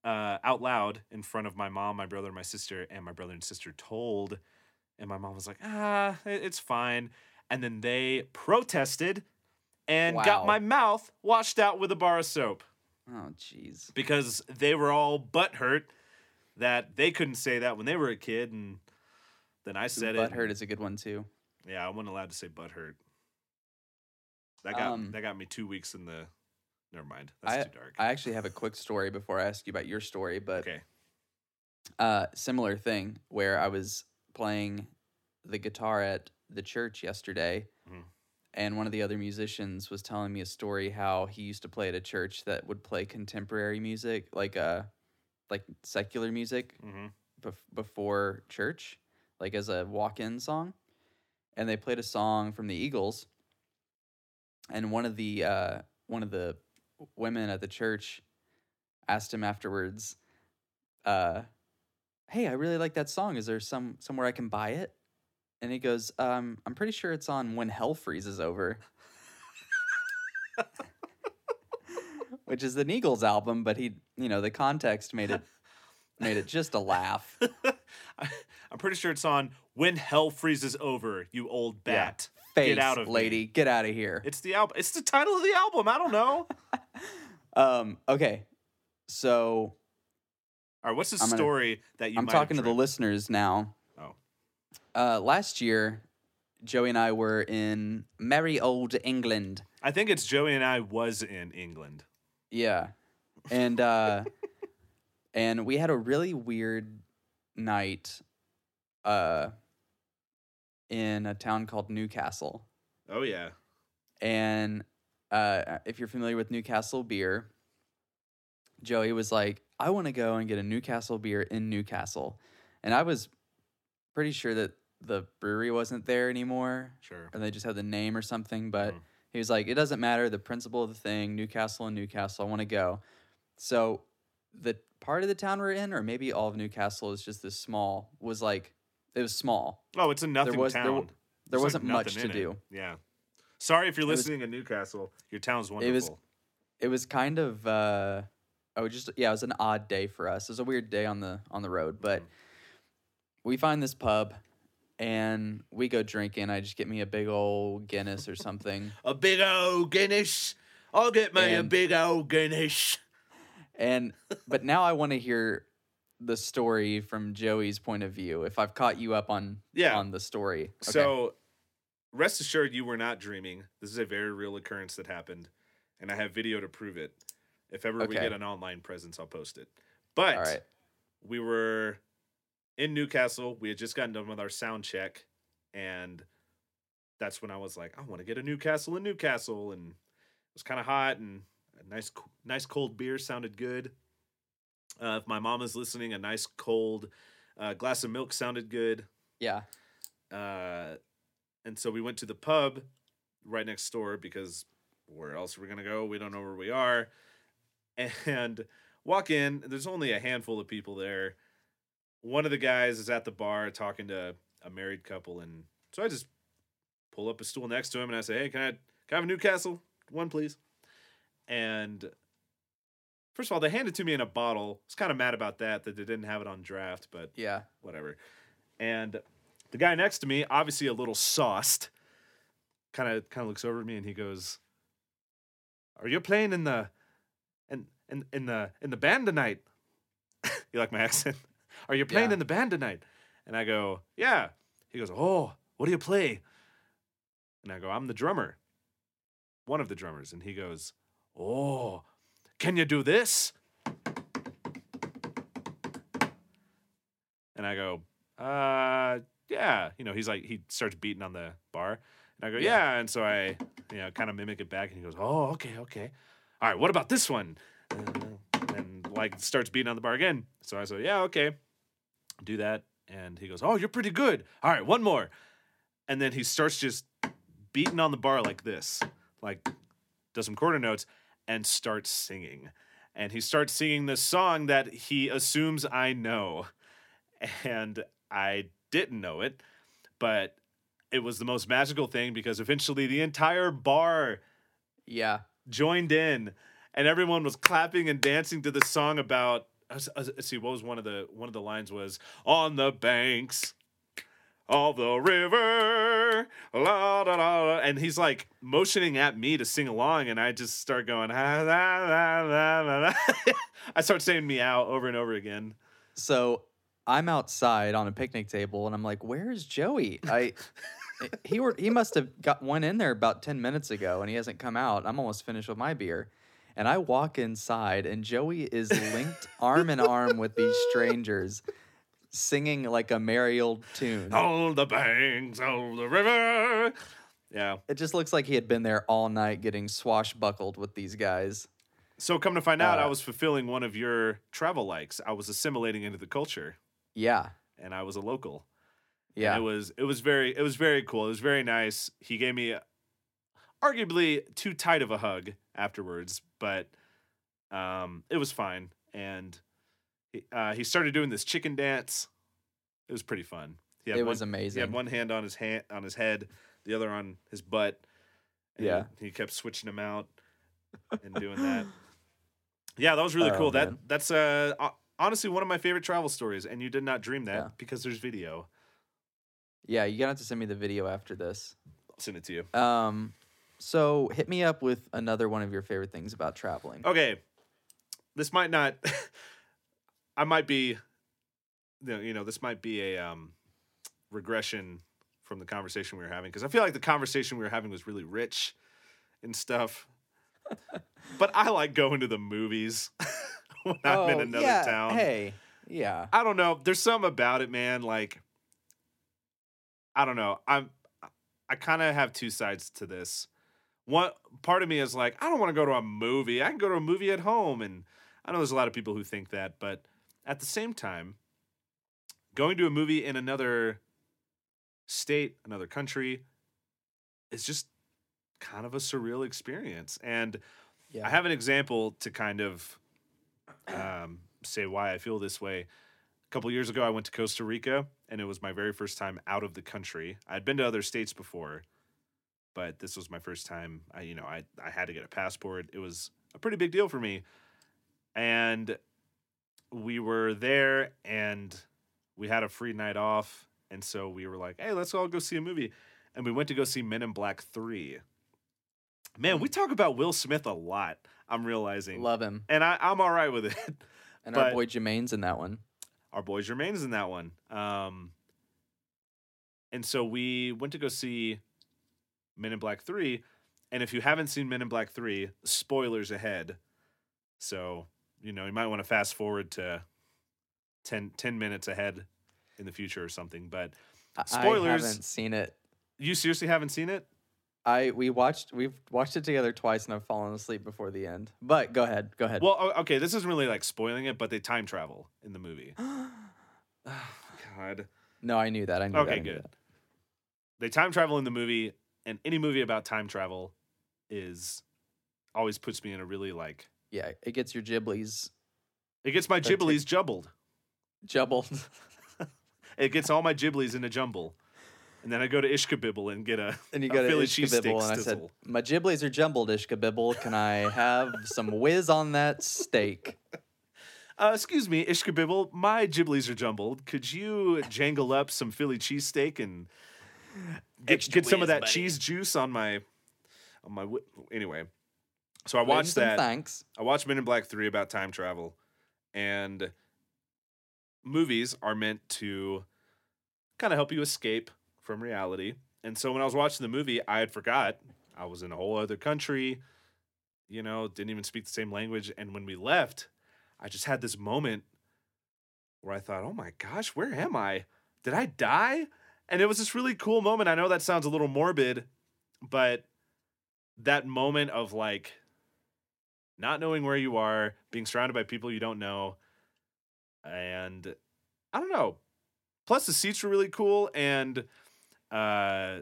uh, out loud in front of my mom, my brother, my sister, and my brother and sister told. And my mom was like, ah, it- it's fine. And then they protested and got
Wow.
my mouth washed out with a bar of soap
Oh, jeez.
because they were all butthurt that they couldn't say that when they were a kid. And then I said it.
Butthurt is a good one too.
Yeah, I wasn't allowed to say butthurt. That got
Um,
that got me two weeks in the. Never mind.
I,
That's too dark.
I actually have a quick story before I ask you about your story, but
okay.
uh, similar thing where I was playing the guitar at the church yesterday,
Mhm.
and one of the other musicians was telling me a story how he used to play at a church that would play contemporary music, like uh, like secular music,
hmm
bef- before church, like as a walk-in song, and they played a song from the Eagles. And one of the uh, one of the women at the church asked him afterwards, uh, "Hey, I really like that song. Is there some somewhere I can buy it?" And he goes, um, "I'm pretty sure it's on When Hell Freezes Over." Which is an Eagles album, but he, you know, the context made it made it just a laugh.
I'm pretty sure it's on When Hell Freezes Over, You Old
Yeah.
Bat.
Face,
out of me.
lady, get out of here.
It's the album. It's the title of the album. I don't know.
Um, okay, so
All right, what's the
I'm gonna-
story that you
I'm
might have
talking to the
dreamt?
listeners now.
Oh.
Uh, last year, Joey and I were in merry old England.
I think it's Joey and I was in England.
Yeah. And uh and we had a really weird night uh in a town called Newcastle.
Oh yeah.
And uh if you're familiar with Newcastle beer, Joey was like, "I want to go and get a Newcastle beer in Newcastle." And I was pretty sure that the brewery wasn't there anymore
Sure.
or they just had the name or something. But
Mhm.
he was like, it doesn't matter. The principle of the thing, Newcastle and Newcastle, I want to go. So the part of the town we're in, or maybe all of Newcastle, is just this small. Was like it was small.
Oh, it's a nothing
was- there
town.
w- There
There's, like,
wasn't much to
nothing in
do.
it. Yeah. Sorry if you're
was-
listening in Newcastle. Your town's wonderful.
It was- It was kind of uh, I would just yeah, it was an odd day for us. It was a weird day on the on the road, but
Mhm.
we find this pub. And we go drinking. I just get me a big old Guinness or something.
a big old Guinness. I'll get me a
And-
big old Guinness.
And but now I want to hear the story from Joey's point of view. If I've caught you up on
Yeah.
on the story, Okay.
So, rest assured, you were not dreaming. This is a very real occurrence that happened, and I have video to prove it. If ever we
Okay.
get an online presence, I'll post it. But
all right,
we were in Newcastle. We had just gotten done with our sound check, and that's when I was like, I want to get a Newcastle in Newcastle, and it was kind of hot, and a nice, co- nice cold beer sounded good. Uh, if my mom is listening, a nice cold uh, glass of milk sounded good
yeah,
uh, and so we went to the pub right next door because where else we're gonna go? We don't know where we are, and walk in. There's only a handful of people there. One of the guys is at the bar talking to a married couple, and so I just pull up a stool next to him and I say, "Hey, can I, can I have a Newcastle one, please?" And first of all, they handed it to me in a bottle. I was kind of mad about that that they didn't have it on draft, but
yeah.
whatever. And the guy next to me, obviously a little sauced, kind of kind of looks over at me and he goes, "Are you playing in the in in in the in the band tonight?" you like my accent? Are you playing
Yeah.
in the band tonight? And I go, "Yeah." He goes, "Oh, what do you play?" And I go, "I'm the drummer." One of the drummers, and he goes, "Oh, can you do this?" And I go, uh, yeah. You know, he's like, he starts beating on the bar. And I go, yeah.
Yeah.
And so I, you know, kind of mimic it back. And he goes, oh, okay, okay. All right, what about this one? And like starts beating on the bar again. So I said, yeah, okay. Do that. And he goes, oh, you're pretty good. All right, one more. And then he starts just beating on the bar like this, like does some quarter notes and starts singing. And he starts singing this song that he assumes I know and I didn't know it, but it was the most magical thing because eventually the entire bar
Yeah,
joined in and everyone was clapping and dancing to the song about I was- I was- let's see what was one of the one of the lines was on the banks of the river, la da da, da," and he's like motioning at me to sing along, and I just start going "Ah, la, la, la, la, la." I start saying meow over and over again.
So I'm outside on a picnic table, and I'm like, "Where is Joey? I eh, he were, he must have got one in there about ten minutes ago, and he hasn't come out. I'm almost finished with my beer." And I walk inside, and Joey is linked arm in arm with these strangers, singing like a merry old tune.
On the banks of the river. Yeah.
It just looks like he had been there all night getting swashbuckled with these guys.
So come to find out, I
Uh,
was fulfilling one of your travel likes. I was assimilating into the culture,
Yeah,
and I was a local. And
yeah.
it was it was very it was very cool. It was very nice. He gave me arguably too tight of a hug afterwards, but um, it was fine. And he- uh, he started doing this chicken dance. It was pretty fun. He
It was
one- He
amazing.
had one hand on his hand on his head, the other on his butt. and
Yeah.
he, he kept switching them out and doing that. Yeah, that was really
Oh,
cool.
man.
That that's uh ho- honestly one of my favorite travel stories, and you did not dream that
Yeah.
because there's video.
yeah, you're gonna have to send me the video after this.
I'll send it to you.
Um, so hit me up with another one of your favorite things about traveling.
Okay, this might not. I might be, you know, you know, this might be a um, regression from the conversation we were having because I feel like the conversation we were having was really rich and stuff. but I like going to the movies when I'm in
Oh,
another
yeah,
town.
Hey, yeah,
I don't know. There's something about it, man. Like, I don't know. I'm, I kind of have two sides to this. One part of me is like, I don't want to go to a movie. I can go to a movie at home, and I know there's a lot of people who think that, but at the same time, going to a movie in another state, another country, is just kind of a surreal experience. And
yeah.
I have an example to kind of um, say why I feel this way. A couple years ago, I went to Costa Rica, and it was my very first time out of the country. I'd been to other states before, but this was my first time. I, you know, I I had to get a passport. It was a pretty big deal for me, and we were there, and we had a free night off, and so we were like, "Hey, let's all go see a movie," and we went to go see Men in Black Three. Man, we talk about Will Smith a lot. I'm realizing,
love him.
and I, I'm all right with it.
And
but-
our boy Jermaine's in that one.
our boy Jermaine's in that one. Um, and so we went to go see Men in Black 3. And if you haven't seen Men in Black 3, spoilers ahead. So, you know, you might want to fast forward to 10, 10 minutes ahead in the future or something. But
I- I
Spoilers.
haven't seen it.
you seriously haven't seen it?
I we watched we've watched it together twice, and I've fallen asleep before the end. But go ahead, go ahead.
Well, o- okay, this isn't really like spoiling it, but they time travel in the movie. God.
no, I knew that. I knew that.
Okay,
I knew
good.
that.
they time travel in the movie, and any movie about time travel is always puts me in a really like
Yeah, it gets your Ghiblies
it gets my
But it-
gibblies jumbled.
jubbled.
It gets all my gibblies in a jumble, and then I go to Ishkabibble and get a
And you
a
go to
Philly
Ish
cheesesteak
Kabibble, and I said,
stizzle.
"My Ghiblies are jumbled, Ish Kabibble. Can I have some whiz on that steak?"
uh, "Excuse me, Ishkabibble, my gibblies are jumbled. Could you jangle up some Philly cheesesteak and get
Extra
get some of
whiz,
that
buddy."
cheese juice on my on my wi- anyway?" So I
Ladies
watched
and
that.
Thanks.
I watched Men in Black 3 about time travel, and movies are meant to kind of help you escape from reality. And so when I was watching the movie, I had forgot I was in a whole other country, you know, didn't even speak the same language. And when we left, I just had this moment where I thought, oh my gosh, where am I? Did I die? And it was this really cool moment. I know that sounds a little morbid, but that moment of like not knowing where you are, being surrounded by people you don't know, and I don't know. Plus, the seats were really cool, and uh, I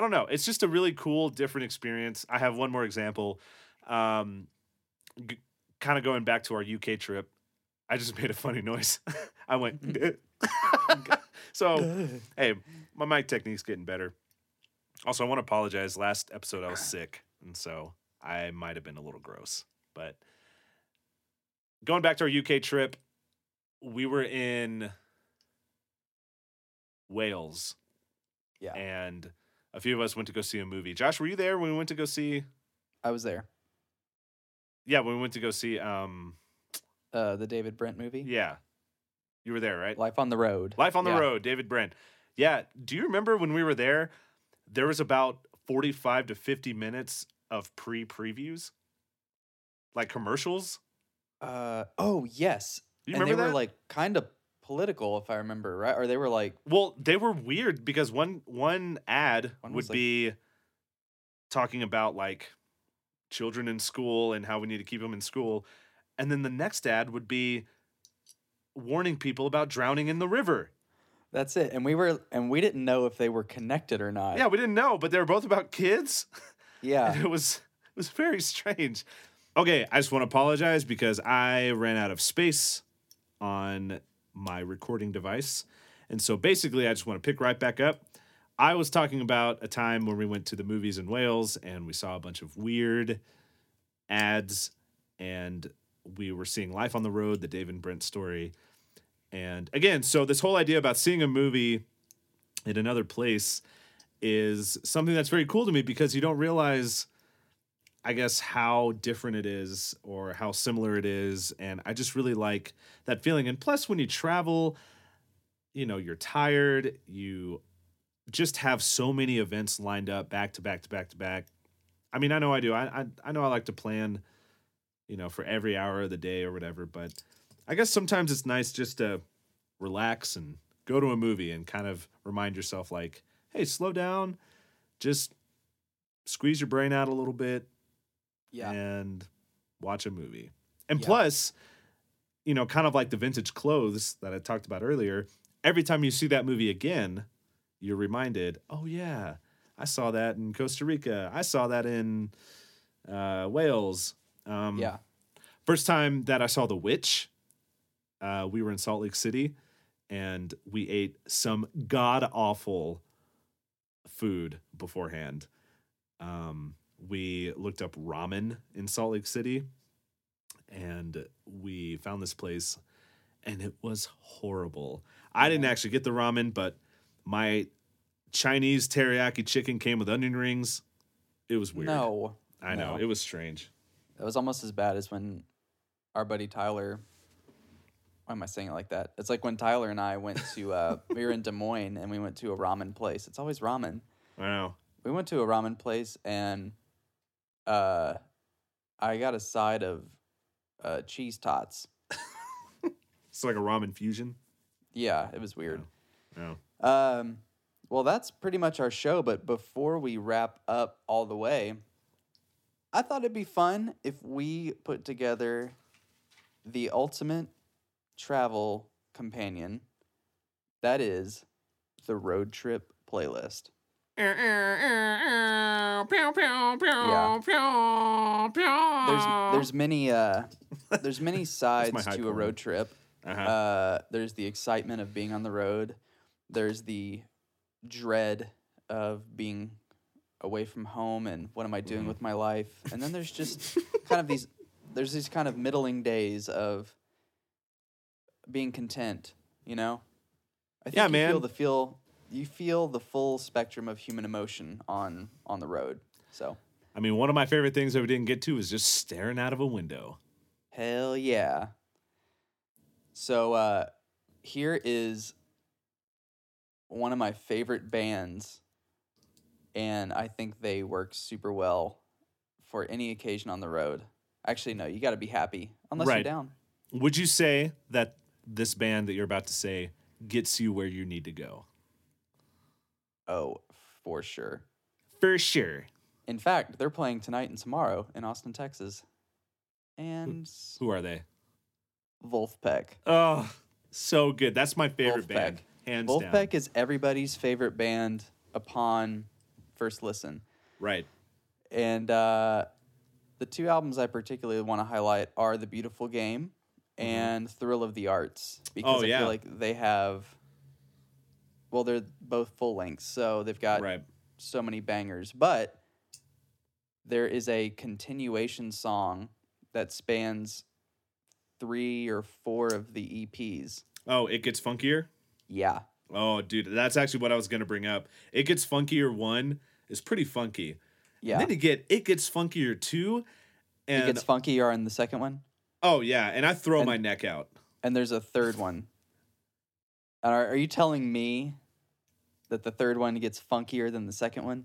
don't know. It's just a really cool, different experience. I have one more example. Um, g- kind of going back to our UK trip, I just made a funny noise. I went. so, hey, my mic technique's getting better. Also, I want to apologize. Last episode, I was sick, and so I might have been a little gross, but going back to our UK trip, we were in Wales.
Yeah.
And a few of us went to go see a movie. Josh, were you there when we went to go see?
I was there.
Yeah, when we went to go see. Um,
Uh, the David Brent movie.
yeah, you were there, right?
Life on the Road.
Life on the
Yeah.
Road, David Brent. Yeah. Do you remember when we were there? There was about 45 to 50 minutes of pre previews, like commercials.
Uh, oh yes.
You
and
remember
they
that?
were like kind of political, if I remember right, or they were like
well, they were weird because one one ad
One
would
was, like-
be talking about like children in school and how we need to keep them in school, and then the next ad would be warning people about drowning in the river.
that's it. And we were and we didn't know if they were connected or not.
yeah, we didn't know, but they were both about kids.
Yeah.
And it was it was very strange. Okay, I just want to apologize because I ran out of space on my recording device. And so basically I just want to pick right back up. I was talking about a time when we went to the movies in Wales and we saw a bunch of weird ads and we were seeing Life on the Road, the Dave and Brent story. And again, so this whole idea about seeing a movie in another place is something that's very cool to me because you don't realize i guess how different it is or how similar it is and i just really like that feeling and plus when you travel you know you're tired you just have so many events lined up back to back to back to back i mean i know i do i i, I know i like to plan you know for every hour of the day or whatever but i guess sometimes it's nice just to relax and go to a movie and kind of remind yourself like hey slow down just squeeze your brain out a little bit
Yeah.
and watch a movie and
Yeah.
plus you know kind of like the vintage clothes that i talked about earlier every time you see that movie again you're reminded oh yeah i saw that in costa rica i saw that in uh, wales um,
Yeah.
first time that I saw The Witch, uh, we were in Salt Lake City and we ate some god awful food beforehand. Um, we looked up ramen in Salt Lake City and we found this place and it was horrible. I didn't actually get the ramen, but my Chinese teriyaki chicken came with onion rings. It was weird.
No.
I know.
no.
It was strange.
That was almost as bad as when our buddy Tyler. Why am I saying it like that? It's like when Tyler and I went to uh, we were in Des Moines and we went to a ramen place. It's always ramen.
I know.
we went to a ramen place and uh I got a side of uh cheese tots.
It's like a ramen fusion.
Yeah, it was weird.
No.
Um well that's pretty much our show, but before we wrap up all the way, I thought it'd be fun if we put together the ultimate travel companion. That is the road trip playlist. Yeah. There's there's many uh there's many sides
high
to a
point.
road trip.
Uh-huh.
Uh, there's the excitement of being on the road. There's the dread of being away from home and what am I
Mm-hmm.
doing with my life? And then there's just kind of these there's these kind of middling days of being content, you know? I think
Yeah,
you feel
man.
the feel you feel the full spectrum of human emotion on on the road. So
I mean, one of my favorite things that we didn't get to was just staring out of a window.
Hell yeah. So uh here is one of my favorite bands and I think they work super well for any occasion on the road. Actually no, you got to be happy unless
Right.
you're down.
Would you say that this band that you're about to say gets you where you need to go?
Oh, for sure.
For sure.
In fact, they're playing tonight and tomorrow in Austin, Texas. And
Who are they?
Wolfpack.
Oh, so good. That's my favorite
Wolfpack.
band. Hands
Wolfpack
down.
is everybody's favorite band upon first listen.
Right.
And uh, the two albums I particularly want to highlight are The Beautiful Game and Thrill of the Arts because
Mm-hmm. Oh,
I
yeah.
feel like they have, well, they're both full lengths, so they've got
Right.
so many bangers. But there is a continuation song that spans three or four of the EPs.
Oh, it gets funkier.
Yeah.
Oh, dude, that's actually what I was gonna bring up. It gets funkier. One is pretty funky.
Yeah.
Then you get it gets funkier two, and
it gets funkier in the second one.
oh yeah, and I throw
And-
my neck out.
And there's a third one. And Are, are you telling me that the third one gets funkier than the second one?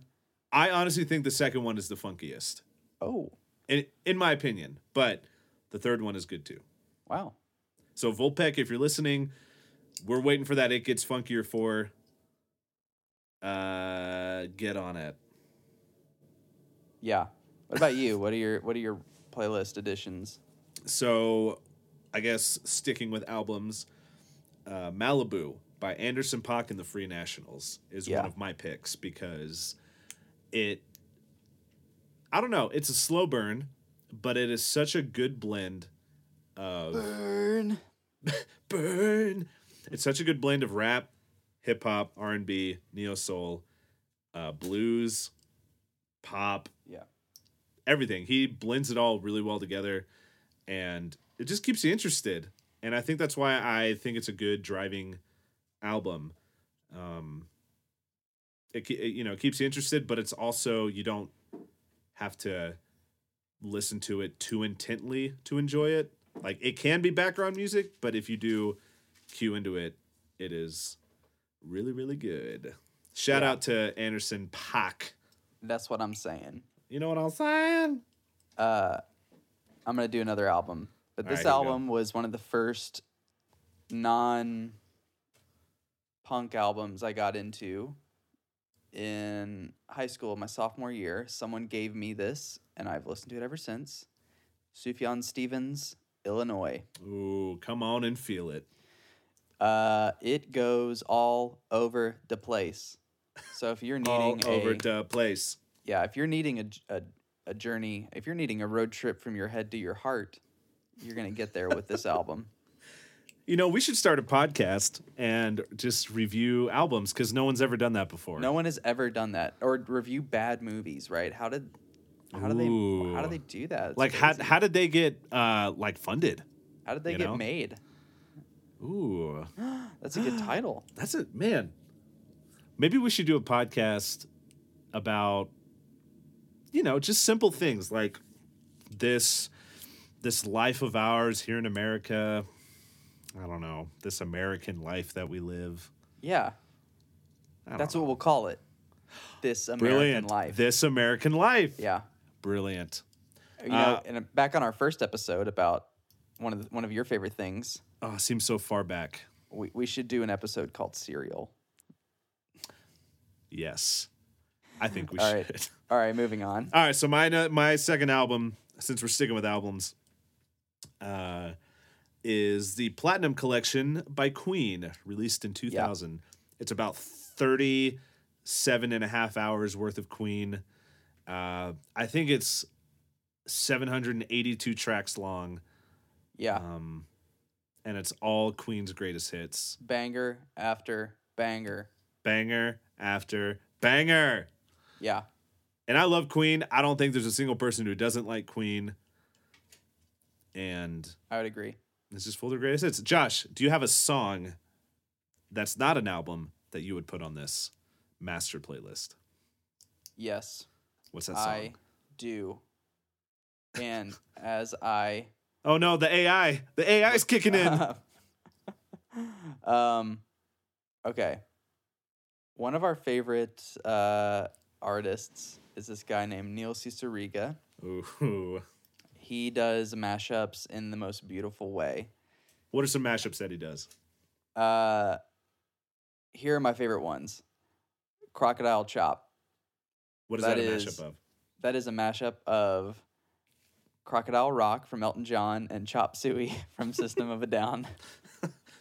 I honestly think the second one is the funkiest,
Oh,
in in my opinion. But the third one is good too.
wow.
So Volpec, if you're listening, we're waiting for that. It gets funkier for. Uh, get on it.
Yeah. What about you? What are your what are your playlist additions?
So, I guess sticking with albums, uh, Malibu by Anderson Pock and the Free Nationals is
Yeah.
one of my picks because it. I don't know. It's a slow burn, but it is such a good blend of
Burn.
burn. It's such a good blend of rap, hip hop, R and B, neo soul, uh, blues, pop.
Yeah.
everything. He blends it all really well together, and it just keeps you interested. And I think that's why I think it's a good driving album. Um, it, ke- it you know keeps you interested, but it's also you don't have to listen to it too intently to enjoy it. Like it can be background music, but if you do cue into it, it is really, really good. Shout out to Anderson Pac.
That's what I'm saying.
You know what I'm saying?
Uh, I'm gonna do another album, but this
Alright, here we go.
album was one of the first non punk albums I got into in high school, my sophomore year. Someone gave me this, and I've listened to it ever since. Sufjan Stevens, Illinois.
Ooh, come on and feel it.
Uh, it goes all over the place. So if you're
All
needing
over
a,
the place.
yeah, if you're needing a, j- a a journey, if you're needing a road trip from your head to your heart, you're gonna get there with this album.
You know, we should start a podcast and just review albums because no one's ever done that before.
No one has ever done that or review bad movies, right? How did how do they how
Ooh.
do they do that? It's
Like how,
crazy.
how did they get uh like funded?
How did they
you
get
know?
made?
Ooh.
That's a good title.
That's it, man. Maybe we should do a podcast about you know, just simple things like this this life of ours here in America. I don't know. This American life that we live.
Yeah,
I don't
that's
know.
what we'll call it. This American
brilliant
life.
This American life.
yeah.
Brilliant.
You know,
Uh,
and uh, back on our first episode about one of the, one of your favorite things,
Oh, it seems so far back.
we, we should do an episode called Serial.
Yes. I think we
All
should.
right. All right, moving on.
All right, so my no- my second album, since we're sticking with albums, uh, is the Platinum Collection by Queen, released in 2000. It's about 37 and a half hours worth of Queen. Uh, I think it's 782 tracks long,
Yeah,
um, and it's all Queen's greatest hits.
banger after banger.
Banger after banger.
Yeah,
and I love Queen. I don't think there's a single person who doesn't like Queen. And
I would agree.
this is full of their greatest hits. Josh, do you have a song that's not an album that you would put on this master playlist?
Yes,
What's that song?
I do. And as I
Oh no, the AI. The AI is kicking in.
um, okay. One of our favorite uh, artists is this guy named Neil Cicerega.
Ooh.
He does mashups in the most beautiful way.
What are some mashups that he does?
Uh, here are my favorite ones: Crocodile Chop.
What is that,
That
a
is-
mashup of?
That is a mashup of Crocodile Rock from Elton John and Chop Suey from System of a Down.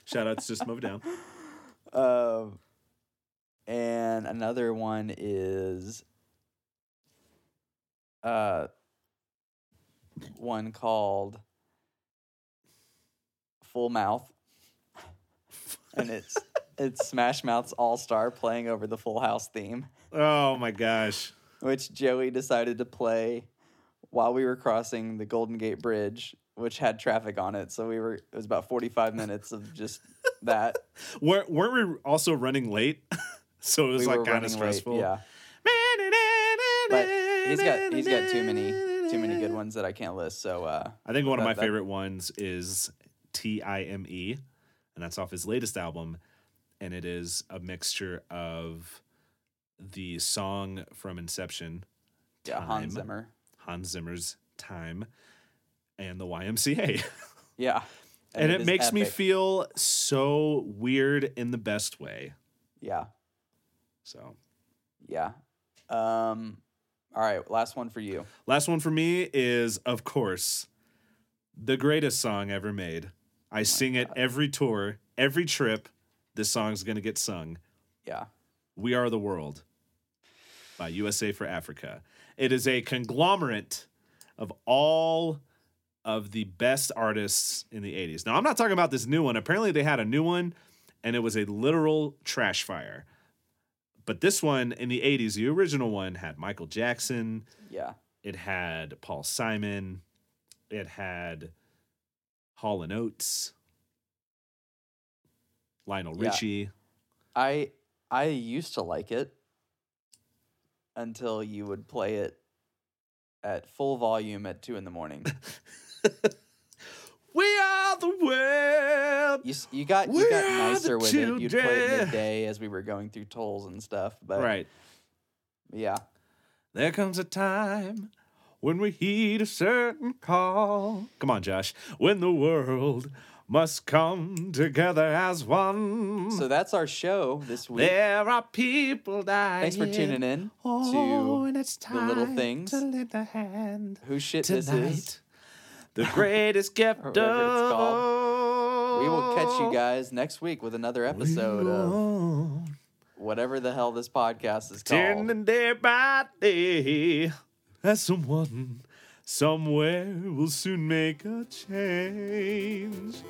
Shout out to System of a Down.
Um, and another one is uh, one called Full Mouth, and it's it's Smash Mouth's All Star playing over the Full House theme,
Oh my gosh.
which Joey decided to play while we were crossing the Golden Gate Bridge which had traffic on it. So we were it was about 45 minutes of just that.
Were, weren't we also running late? so it was
we
like
were
kind
running
of
late,
stressful.
Yeah. But he's got he's got too many too many good ones that I can't list. So uh
I think one of
That-
my
that-
favorite ones is T I M E, and that's off his latest album. And it is a mixture of the song from Inception,
yeah, Hans
Time.
Zimmer.
Hans Zimmer's Time, and the YMCA.
Yeah.
and it,
is
makes me
epic.
feel so weird in the best way.
Yeah.
So,
Yeah. Um all right, last one for you.
last one for me is, of course, the greatest song ever made. I sing it every tour, every trip. This song's going to get sung.
Yeah.
We Are the World by USA for Africa. It is a conglomerate of all of the best artists in the 80s. Now, I'm not talking about this new one. Apparently, they had a new one and it was a literal trash fire. But this one in the 80s, the original one, had Michael Jackson,
Yeah.
it had Paul Simon, it had Hall and Oates, Lionel
Yeah.
Richie.
I I used to like it until you would play it at full volume at two in the morning.
We are the world.
You s- you got
We
you got
are
nicer
the
with it. You'd play it
children.
midday as we were going through tolls and stuff. But
Right.
yeah,
There comes a time when we heed a certain call. Come on, Josh. When the world must come together as one.
so that's our show this week.
there are people dying.
Thanks for tuning in
Oh,
to
and it's
the
time
little things.
to lend a hand
Who Shit This Is.
tonight. The greatest gift
Or
of
whatever it's
all.
We will catch
Oh.
you guys next week with another episode of
of
whatever the hell this podcast is called.
Turning day by day, as someone somewhere will soon make a change.